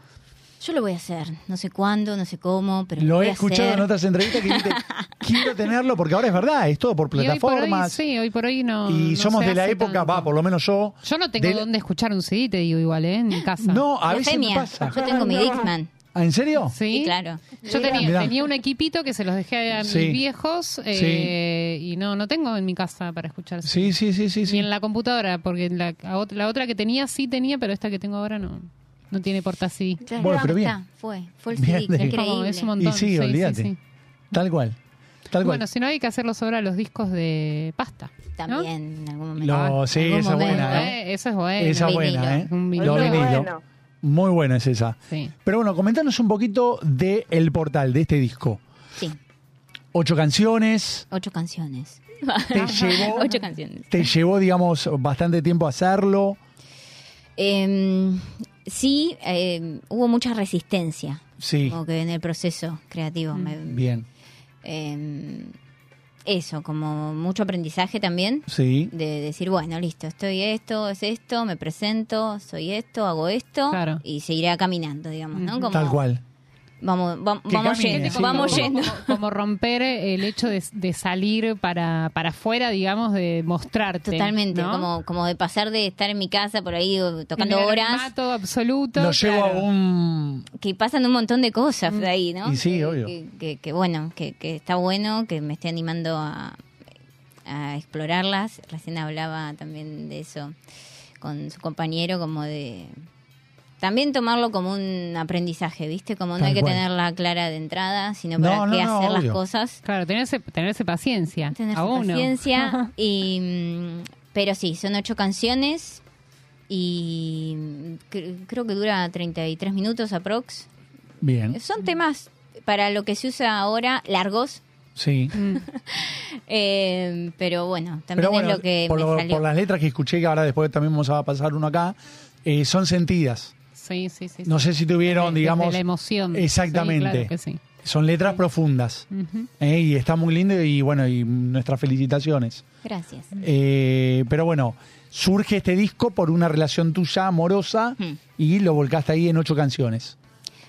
Yo lo voy a hacer. No sé cuándo, no sé cómo, pero lo,
Lo
voy
he
a
escuchado
hacer.
en otras entrevistas que dijiste, quiero tenerlo porque ahora es verdad, es todo por
Y hoy por hoy,
plataformas.
sí, hoy por hoy no.
Y
no
somos
se
de la
hace
época,
tanto.
va, por lo menos yo.
Yo no tengo
de-
dónde escuchar un CD, te digo igual, ¿eh? En mi casa.
No, a veces me
Blasfemia.
pasa.
Yo tengo mi Dixman.
Ah, ¿En serio?
¿Sí?
Sí, claro.
Yo tenía,
Mirá.
tenía un equipito que se los dejé a mis
Sí.
viejos eh, y no, no tengo en mi casa para escuchar.
Sí,
CD.
sí, sí, sí. sí.
Ni en la computadora, porque la, a ot- la otra que tenía sí tenía, pero esta que tengo ahora no, no tiene porta CD.
Claro,
Bueno,
ahí
pero bien.
está, Fue, fue el
Bien,
CD,
de-
Es como-
increíble.
es un montón.
Y sí, olvídate. Tal cual. Tal cual.
Bueno, si no hay que hacerlo sobre a los discos de pasta. Ah, ¿no?
También en algún momento.
Lo- Oh, sí,
algún
esa es
momento,
buena, ¿eh?
Eh, eso es bueno.
esa
un
buena, ¿eh?
vinilo.
Un
Lo
vinilo.
vinilo.
Bueno.
Muy buena es esa.
Sí.
Pero bueno, comentanos un poquito de el portal, de este disco.
Sí,
Ocho canciones.
ocho canciones.
Te llevó,
ocho canciones.
te llevó, digamos, bastante tiempo hacerlo.
Eh, sí, eh, hubo mucha resistencia
Sí.
como que en el proceso creativo. me-
Bien.
eh, eso, como mucho aprendizaje también.
Sí.
De decir, bueno, listo, estoy esto, es esto, me presento, soy esto, hago esto
Claro.
y seguiré caminando, digamos, ¿no? Como
Tal cual.
Vamos, va-
Que
vamos
camine,
yendo,
sí.
vamos
Eh, como,
yendo.
como- como romper el hecho de, de salir para, para afuera, digamos, de mostrarte.
Totalmente,
¿no?
como, como de pasar de estar en mi casa por ahí o
En el
tocando horas,
anonimato absoluto.
Lo llevo
claro.
a un...
que pasan un montón de cosas de ahí, ¿no?
Y sí,
que,
obvio.
Que, que- que bueno, que, que está bueno, que me esté animando a, a explorarlas. Recién hablaba también de eso con su compañero, como de... También tomarlo como un aprendizaje, ¿viste? Como no
Tal
hay que
cual.
tenerla clara de entrada, sino
No,
para
no,
qué
no,
hacer
obvio.
las cosas.
Claro, tenerse, tenerse paciencia.
tener
a
su
uno.
paciencia y mm, pero sí son ocho canciones y mm, cre- creo que dura 33 minutos aprox
Bien.
Eh, son temas para lo que se usa ahora largos
Sí.
eh, pero bueno también
Pero bueno,
es lo que
por,
me
lo-
salió
por las letras que escuché, que ahora después también vamos a pasar uno acá, eh, son sentidas.
Sí, sí, sí. sí.
No sé si tuvieron,
Desde-
digamos...
desde la emoción.
Exactamente.
Sí, claro que sí.
Son letras profundas.
Ujú.
¿eh? Y está muy lindo y bueno, y nuestras felicitaciones.
gracias
Eh, pero bueno, surge este disco por una relación tuya amorosa
Hmm.
y lo volcaste ahí en ocho canciones.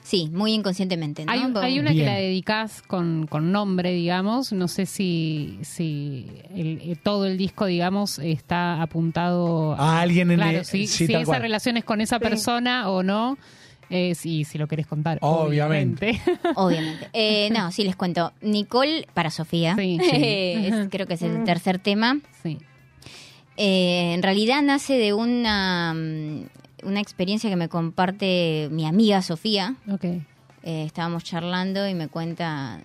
sí muy inconscientemente ¿no?
Hay,
Como-
hay una
Bien.
que la dedicás con, con nombre, digamos. No sé si, si el- eh, todo el disco, digamos, está apuntado
A alguien en
Claro,
el-
si,
Ah, eh, sí,
si
tal
esa
cual.
relación es con esa persona o no. Eh, si, si lo querés contar.
Obviamente.
Obviamente. Eh, no, sí les cuento. Nicole para Sofía.
Sí.
Es- creo que es el tercer tema.
sí.
eh, en realidad nace de una, mm, una experiencia que me comparte mi amiga Sofía. Eh, estábamos charlando y me cuenta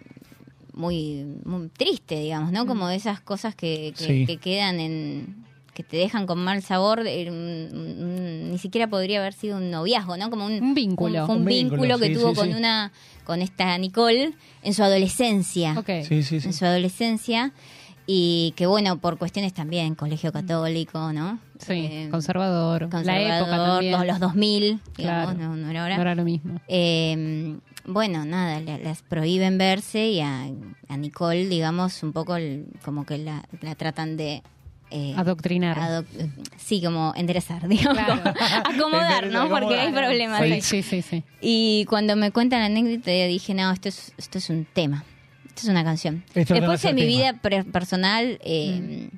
muy, muy triste, digamos, ¿no? Como de esas cosas que, que-
Sí.
que quedan en que te dejan con mal sabor, eh, un- un- ni siquiera podría haber sido un noviazgo, ¿no? Como un,
vínculo.
un- fue un,
Un
vínculo,
vínculo,
que
sí,
tuvo
sí,
con
sí.
una con esta Nicole en su adolescencia.
Sí,
sí, sí.
En su adolescencia y que bueno, por cuestiones también colegio católico, ¿no? Eh,
Sí, conservador. La época
conservador,
también.
los- los 2000,
Claro.
digamos, no, no era ahora.
No era lo mismo.
Eh, bueno, nada, le- las prohíben verse y a, a Nicole, digamos, un poco el- como que la, la tratan de... eh,
Adoctrinar.
adoc- sí, como enderezar, digamos. acomodar, ¿no? Porque hay problemas. ahí.
Sí, sí, sí. sí.
Y cuando me cuentan la anécdota, yo dije, no, esto es, esto es un tema. Esto es una canción.
Esto
Después
no es
en
el
mi
tema.
vida pre- personal eh,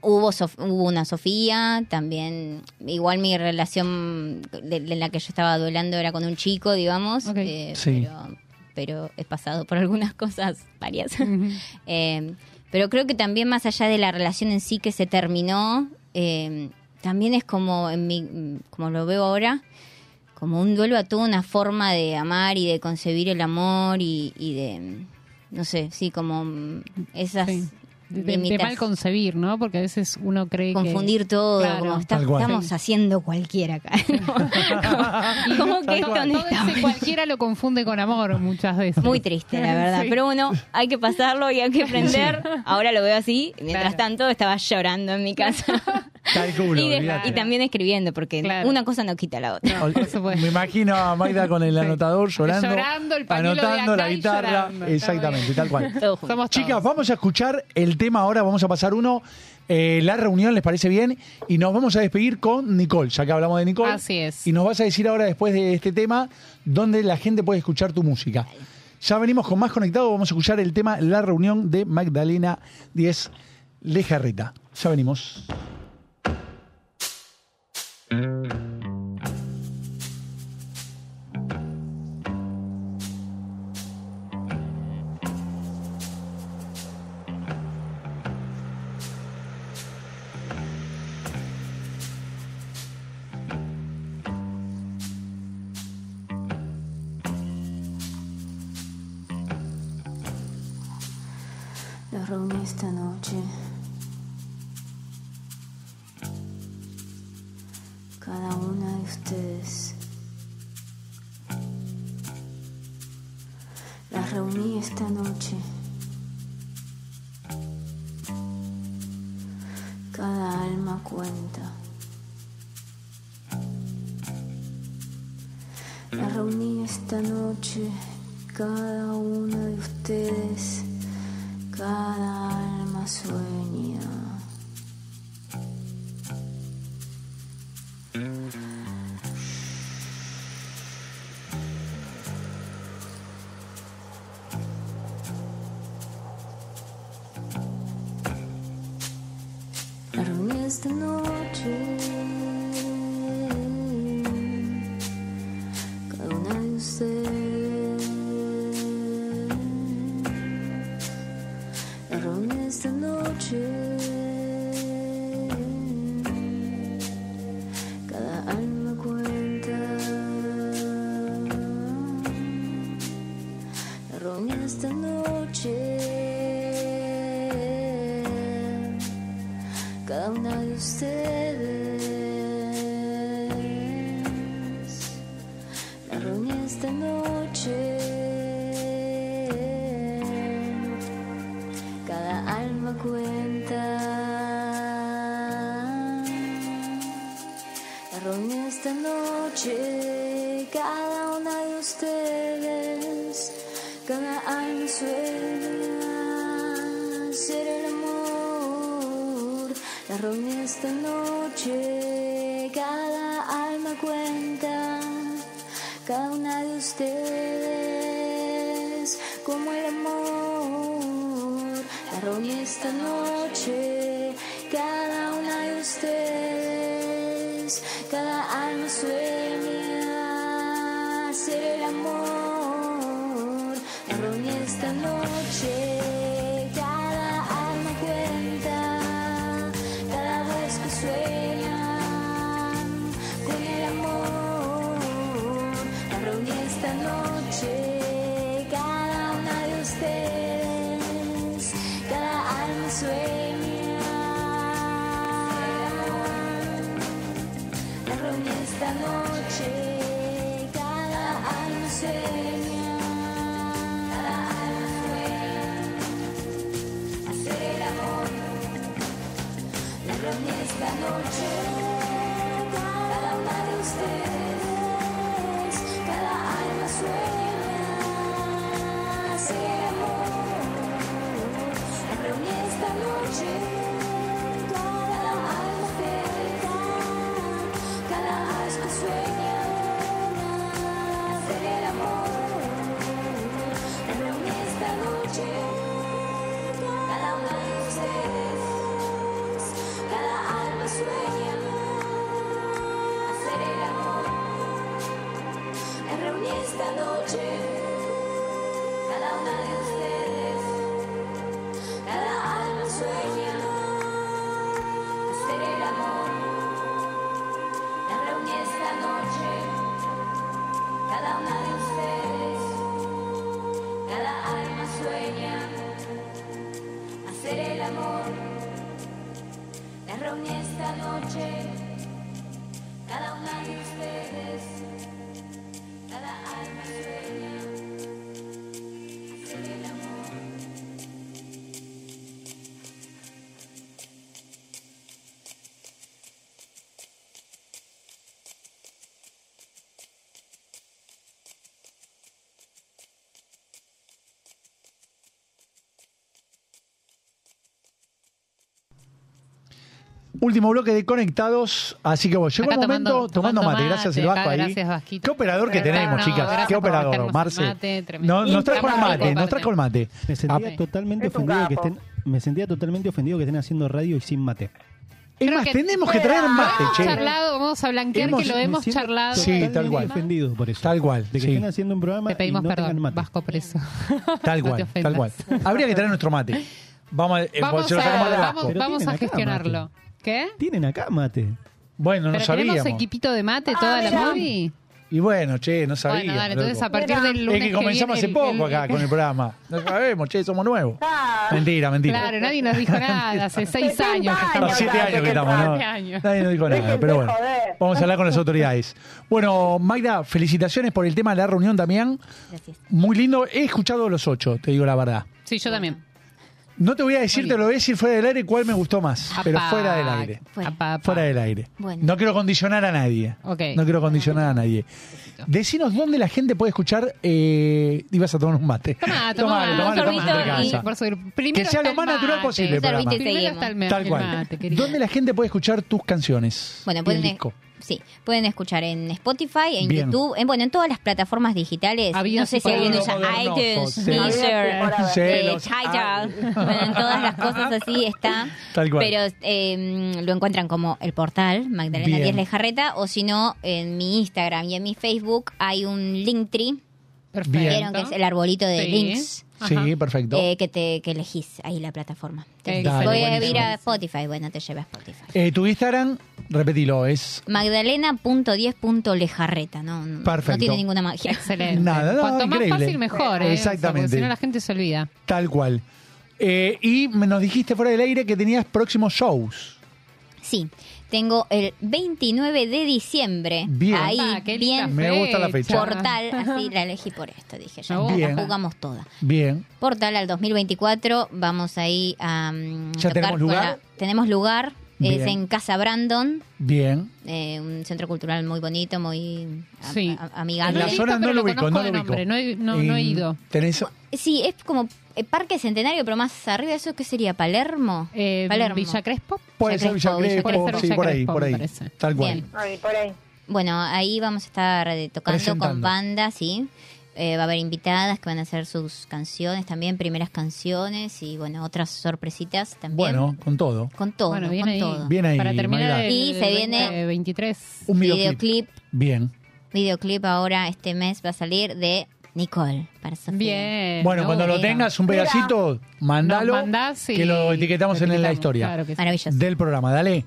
hubo, Sof- hubo una Sofía, también igual mi relación de, de la que yo estaba duelando era con un chico, digamos, eh,
Sí.
pero, pero he pasado por algunas cosas varias. Eh, pero creo que también más allá de la relación en sí que se terminó, eh, también es como, en mi, como lo veo ahora, como un duelo a toda una forma de amar y de concebir el amor y, y de, no sé, sí, como mm, esas...
De, de
limitaciones.
mal concebir, ¿no? Porque a veces uno cree que-
Confundir todo,
Claro.
como está-
Tal cual.
estamos
Sí.
haciendo cualquiera acá. ¿no? como, como que
Todo-
esto no
todo
está
ese
bueno.
cualquiera lo confunde con amor muchas veces.
Muy triste, la verdad. Pero bueno, hay que pasarlo y hay que aprender.
Sí.
Ahora lo veo así. Mientras
Claro.
tanto, estaba llorando en mi casa.
Calculo,
y, de-
olvídate.
y también escribiendo, porque una cosa no quita la otra.
Ol- Me imagino a Maida con el anotador llorando,
Llorando, el pañuelo de
anotando
acá
la
y
guitarra,
llorando.
exactamente, tal cual.
Todos juntos.
Chicas, vamos a escuchar el tema ahora, vamos a pasar uno, eh, la reunión, ¿les parece bien? Y nos vamos a despedir con Nicole, ya que hablamos de Nicole.
Así es.
Y nos vas a decir ahora, después de este tema, dónde la gente puede escuchar tu música. Ya venimos con más conectado, vamos a escuchar el tema La reunión de Magdalena 10 Lejarreta. Ya venimos.
La reuní esta noche. Cada una de ustedes. La reuní esta noche. Cada alma cuenta. La reuní esta noche. Cada una de ustedes. Cada alma sueña. La reuní esta noche. Cada una de ustedes. La reuní esta noche. Cada alma cuenta. La reuní esta noche cada una de ustedes. La reuní esta noche. Cada alma cuenta. La reuní esta noche. Cada una de ustedes. Cada alma sueña ser el amor. La reuní esta noche. Cada alma cuenta. Cada una de ustedes como el amor. La reuní esta noche. Cada una de ustedes. Cada alma sueña ser el amor. La reuní esta noche. Cada alma cuenta. Cada sueñar. La reunión esta noche, cada alma sueña. Cada alma sueña hacer el amor. La reunión esta noche, cada una de ustedes, cada alma sueña hacer el amor. La reunión esta noche, cada alma cerca, cada alma sueña hacer el amor. La reunión esta noche, cada una de ustedes, cada alma sueña hacer el amor. Me reuní esta noche, cada una de ustedes, cada alma sueña hacer el amor. Me reuní esta noche, cada una de ustedes, cada alma sueña hacer el amor. Me reuní esta noche, cada una de ustedes, cada alma sueña hacer el amor.
Último bloque de conectados. Así que bueno, llegó
Acá
el momento tomando, mate. Gracias, el Vasco
acá,
ahí.
Gracias, Vasquito.
Qué operador que tenemos,
No,
chicas.
gracias
Qué
por
operador,
meternos
Marce.
el mate, tremendo.
no, nos trajo el
Inflamable,
mate, nos trajo el mate. Ah,
Me sentía totalmente
Es un
ofendido que
capo.
estén, me sentía totalmente ofendido que estén haciendo radio y sin mate.
Es más, tenemos que traer mate,
hemos
che.
charlado, vamos a blanquear que lo
me
hemos
siento
charlado.
Sí, tal
totalmente
cual.
ofendido por eso.
Tal cual,
De que
sí.
estén haciendo un programa
Te pedimos
y no tengan
perdón,
mate.
Vasco preso.
Tal
No te
cual,
ofendas.
tal cual. Habría que traer nuestro mate. Vamos a, eh,
Vamos
se lo
a-
sacamos al
vamos-
Vasco.
Pero vamos tienen a acá gestionarlo. ¿Qué?
Tienen acá mate.
Bueno, no
¿Pero tenemos
sabíamos.
equipito de mate toda la
mirá.
movie?
Y bueno, che, no sabíamos.
dale, entonces
loco.
a partir del lunes
Es que
que
comenzamos hace
viene
poco
el- el-
acá con el programa. No sabemos, che, somos nuevos.
Ah.
Mentira, mentira.
Claro, nadie nos dijo nada. Hace seis
60
años que estamos.
No, siete años que estamos, ¿no?
Siete años.
Nadie nos dijo nada, pero bueno. Vamos a hablar con las autoridades. Bueno, Magda, felicitaciones por el tema de la reunión, Damián.
Gracias.
Muy lindo. He escuchado los ocho, te digo la verdad.
Sí, yo también.
No te voy a decir, te lo voy a decir fuera del aire cuál me gustó más, pero
Apa.
fuera del aire.
Fuera. Apa, apa.
Fuera del aire.
Bueno.
No quiero condicionar a nadie.
Ok.
No quiero condicionar a nadie. Decinos dónde la gente puede escuchar. Eh, ibas a tomar un mate.
Tomá,
Tomá,
tomá,
tomá,
tomá,
tomá,
tomá,
tomá,
y-
tomá.
por su- primero
que sea
está
lo
el
más natural
mate.
posible. el
Servite
programa.
y seguimos.
Tal cual. ¿Dónde la gente puede escuchar tus canciones?
Bueno,
Y
pueden,
el disco.
Sí, pueden escuchar en Spotify, en
Bien.
YouTube, en, bueno, en todas las plataformas digitales. no sé si
y
alguien usa
modernoso,
iTunes,
sí.
Deezer,
Habidas y
eh,
por
Tidal. Bueno, en todas las cosas así está.
Tal cual.
Pero eh, lo encuentran como el portal Magdalena
Bien.
Díaz Lejarreta o si no, en mi Instagram y en mi Facebook hay un Linktree.
Perfecto.
Vieron que es el arbolito de
Sí.
links.
Sí, perfecto.
eh, que te que elegís ahí la plataforma. Te
Dale,
voy a
buenísimo.
ir a Spotify, bueno, te lleva a Spotify.
Eh, tu Instagram, repetilo, es
Magdalena.10.lejarreta, no, no,
Perfecto.
no tiene ninguna magia.
Excelente.
Nada, no,
Cuanto más
increíble.
fácil, mejor. ¿eh?
Exactamente.
O sea, porque si no, la gente se olvida.
tal cual. Eh, y me- nos dijiste fuera del aire que tenías próximos shows.
Sí, tengo el 29 de diciembre.
Bien.
Ahí,
Ah, qué linda
bien.
Me gusta la fecha.
Portal, así la elegí por esto, dije ya, está,
Bien.
la jugamos toda.
Bien.
Portal al 2024, vamos ahí a mm,
¿Ya tenemos
con
lugar?
tenemos lugar,
Bien.
es en Casa Brandon,
Bien.
eh, un centro cultural muy bonito, muy a- a- amigable.
En la zona no lo ubico, no lo ubico. En- ¿Tenés?
Sí, es como eh, Parque Centenario, pero más arriba, ¿eso qué sería? ¿Palermo?
Eh,
Palermo.
Eh, ¿Villa Crespo?
Puede ser Villa Crespo, sí, por ahí, por ahí. Tal cual.
Bien. Bueno, ahí vamos a estar eh, tocando
Presentando.
con bandas, ¿sí? Eh, va a haber invitadas que van a hacer sus canciones también, primeras canciones y, bueno, otras sorpresitas también.
Bueno, con todo.
con todo,
Bueno, bien
con
ahí.
todo.
Bien ahí,
Para terminar
Magda.
el
Y se viene
20, 23.
Un
videoclip.
Bien.
Videoclip ahora este mes va a salir de Nicole para Sofía.
Bien.
Bueno, cuando lo tengas un pedacito, mandalo.
Nos mandás y
que lo etiquetamos
lo
en la
etiquetamos,
historia
claro que sí. Maravilloso.
del programa. Dale.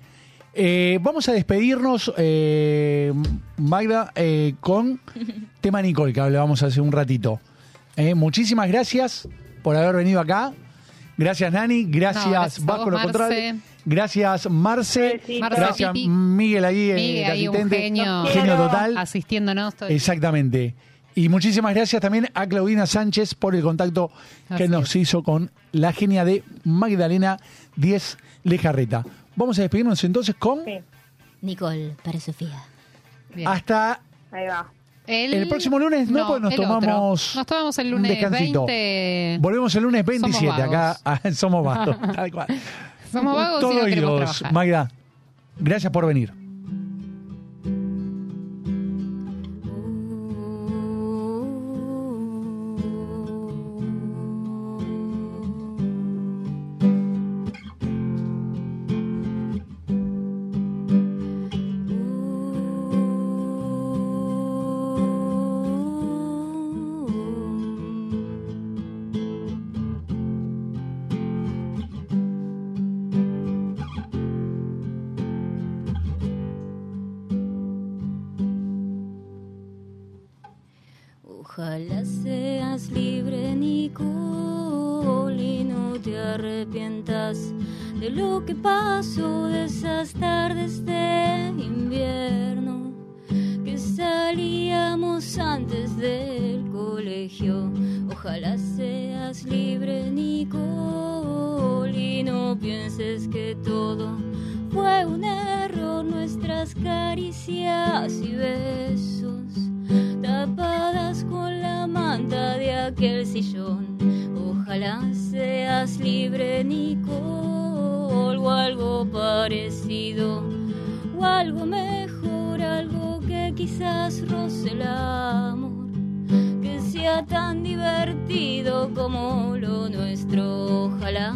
Eh, vamos a despedirnos, eh, Magda, eh, con tema Nicole, que hablábamos hace un ratito. Eh, muchísimas gracias por haber venido acá. Gracias, Nani. Gracias,
No, gracias a
Vasco
vos,
Lo Control.
Marce.
Gracias, Marce.
Marce,
Gracias,
Pipi.
Miguel ahí, el
Miguel, ahí un
asistente.
genio,
Genio total.
asistiéndonos. todo el
Exactamente. Y muchísimas gracias también a Claudina Sánchez por el contacto que nos hizo con la genia de Magdalena 10 Lejarreta. Vamos a despedirnos entonces con
Nicole, para Sofía.
hasta
Ahí va.
El,
El próximo lunes no, pues nos
el otro.
tomamos
Nos tomamos el
un
lunes
descansito.
20.
volvemos el lunes
Somos
27 acá
vagos.
ah, somos vastos, tal cual.
Somos vagos y no
Todo
queremos
oídos.
trabajar.
Magda, gracias por venir.
Ojalá seas libre, Nicole, y no te arrepientas de lo que pasó de esas tardes de invierno que salíamos antes del colegio. Ojalá seas libre, Nicole, y no pienses que todo fue un error, nuestras caricias y besos tapadas con la manta de aquel sillón. Ojalá seas libre, Nicole, o algo parecido, o algo mejor, algo que quizás roce el amor, que sea tan divertido como lo nuestro. Ojalá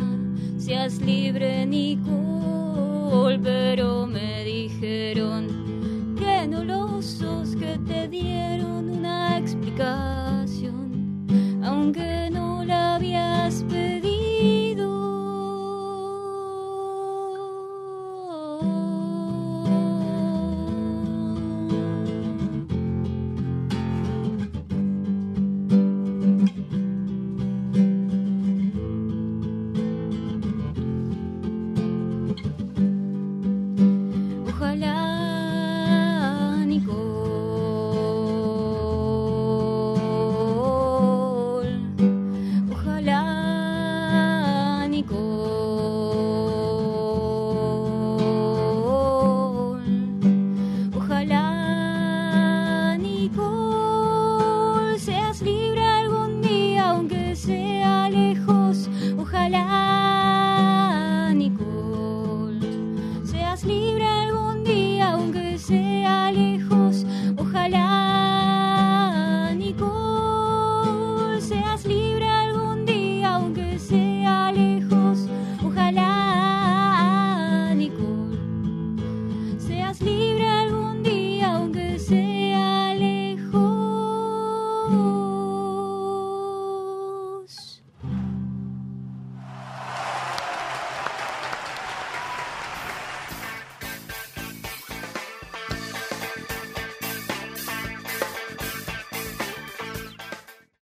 seas libre, Nicole, pero me dijeron que no lo sos, que te dieron una explicación, aunque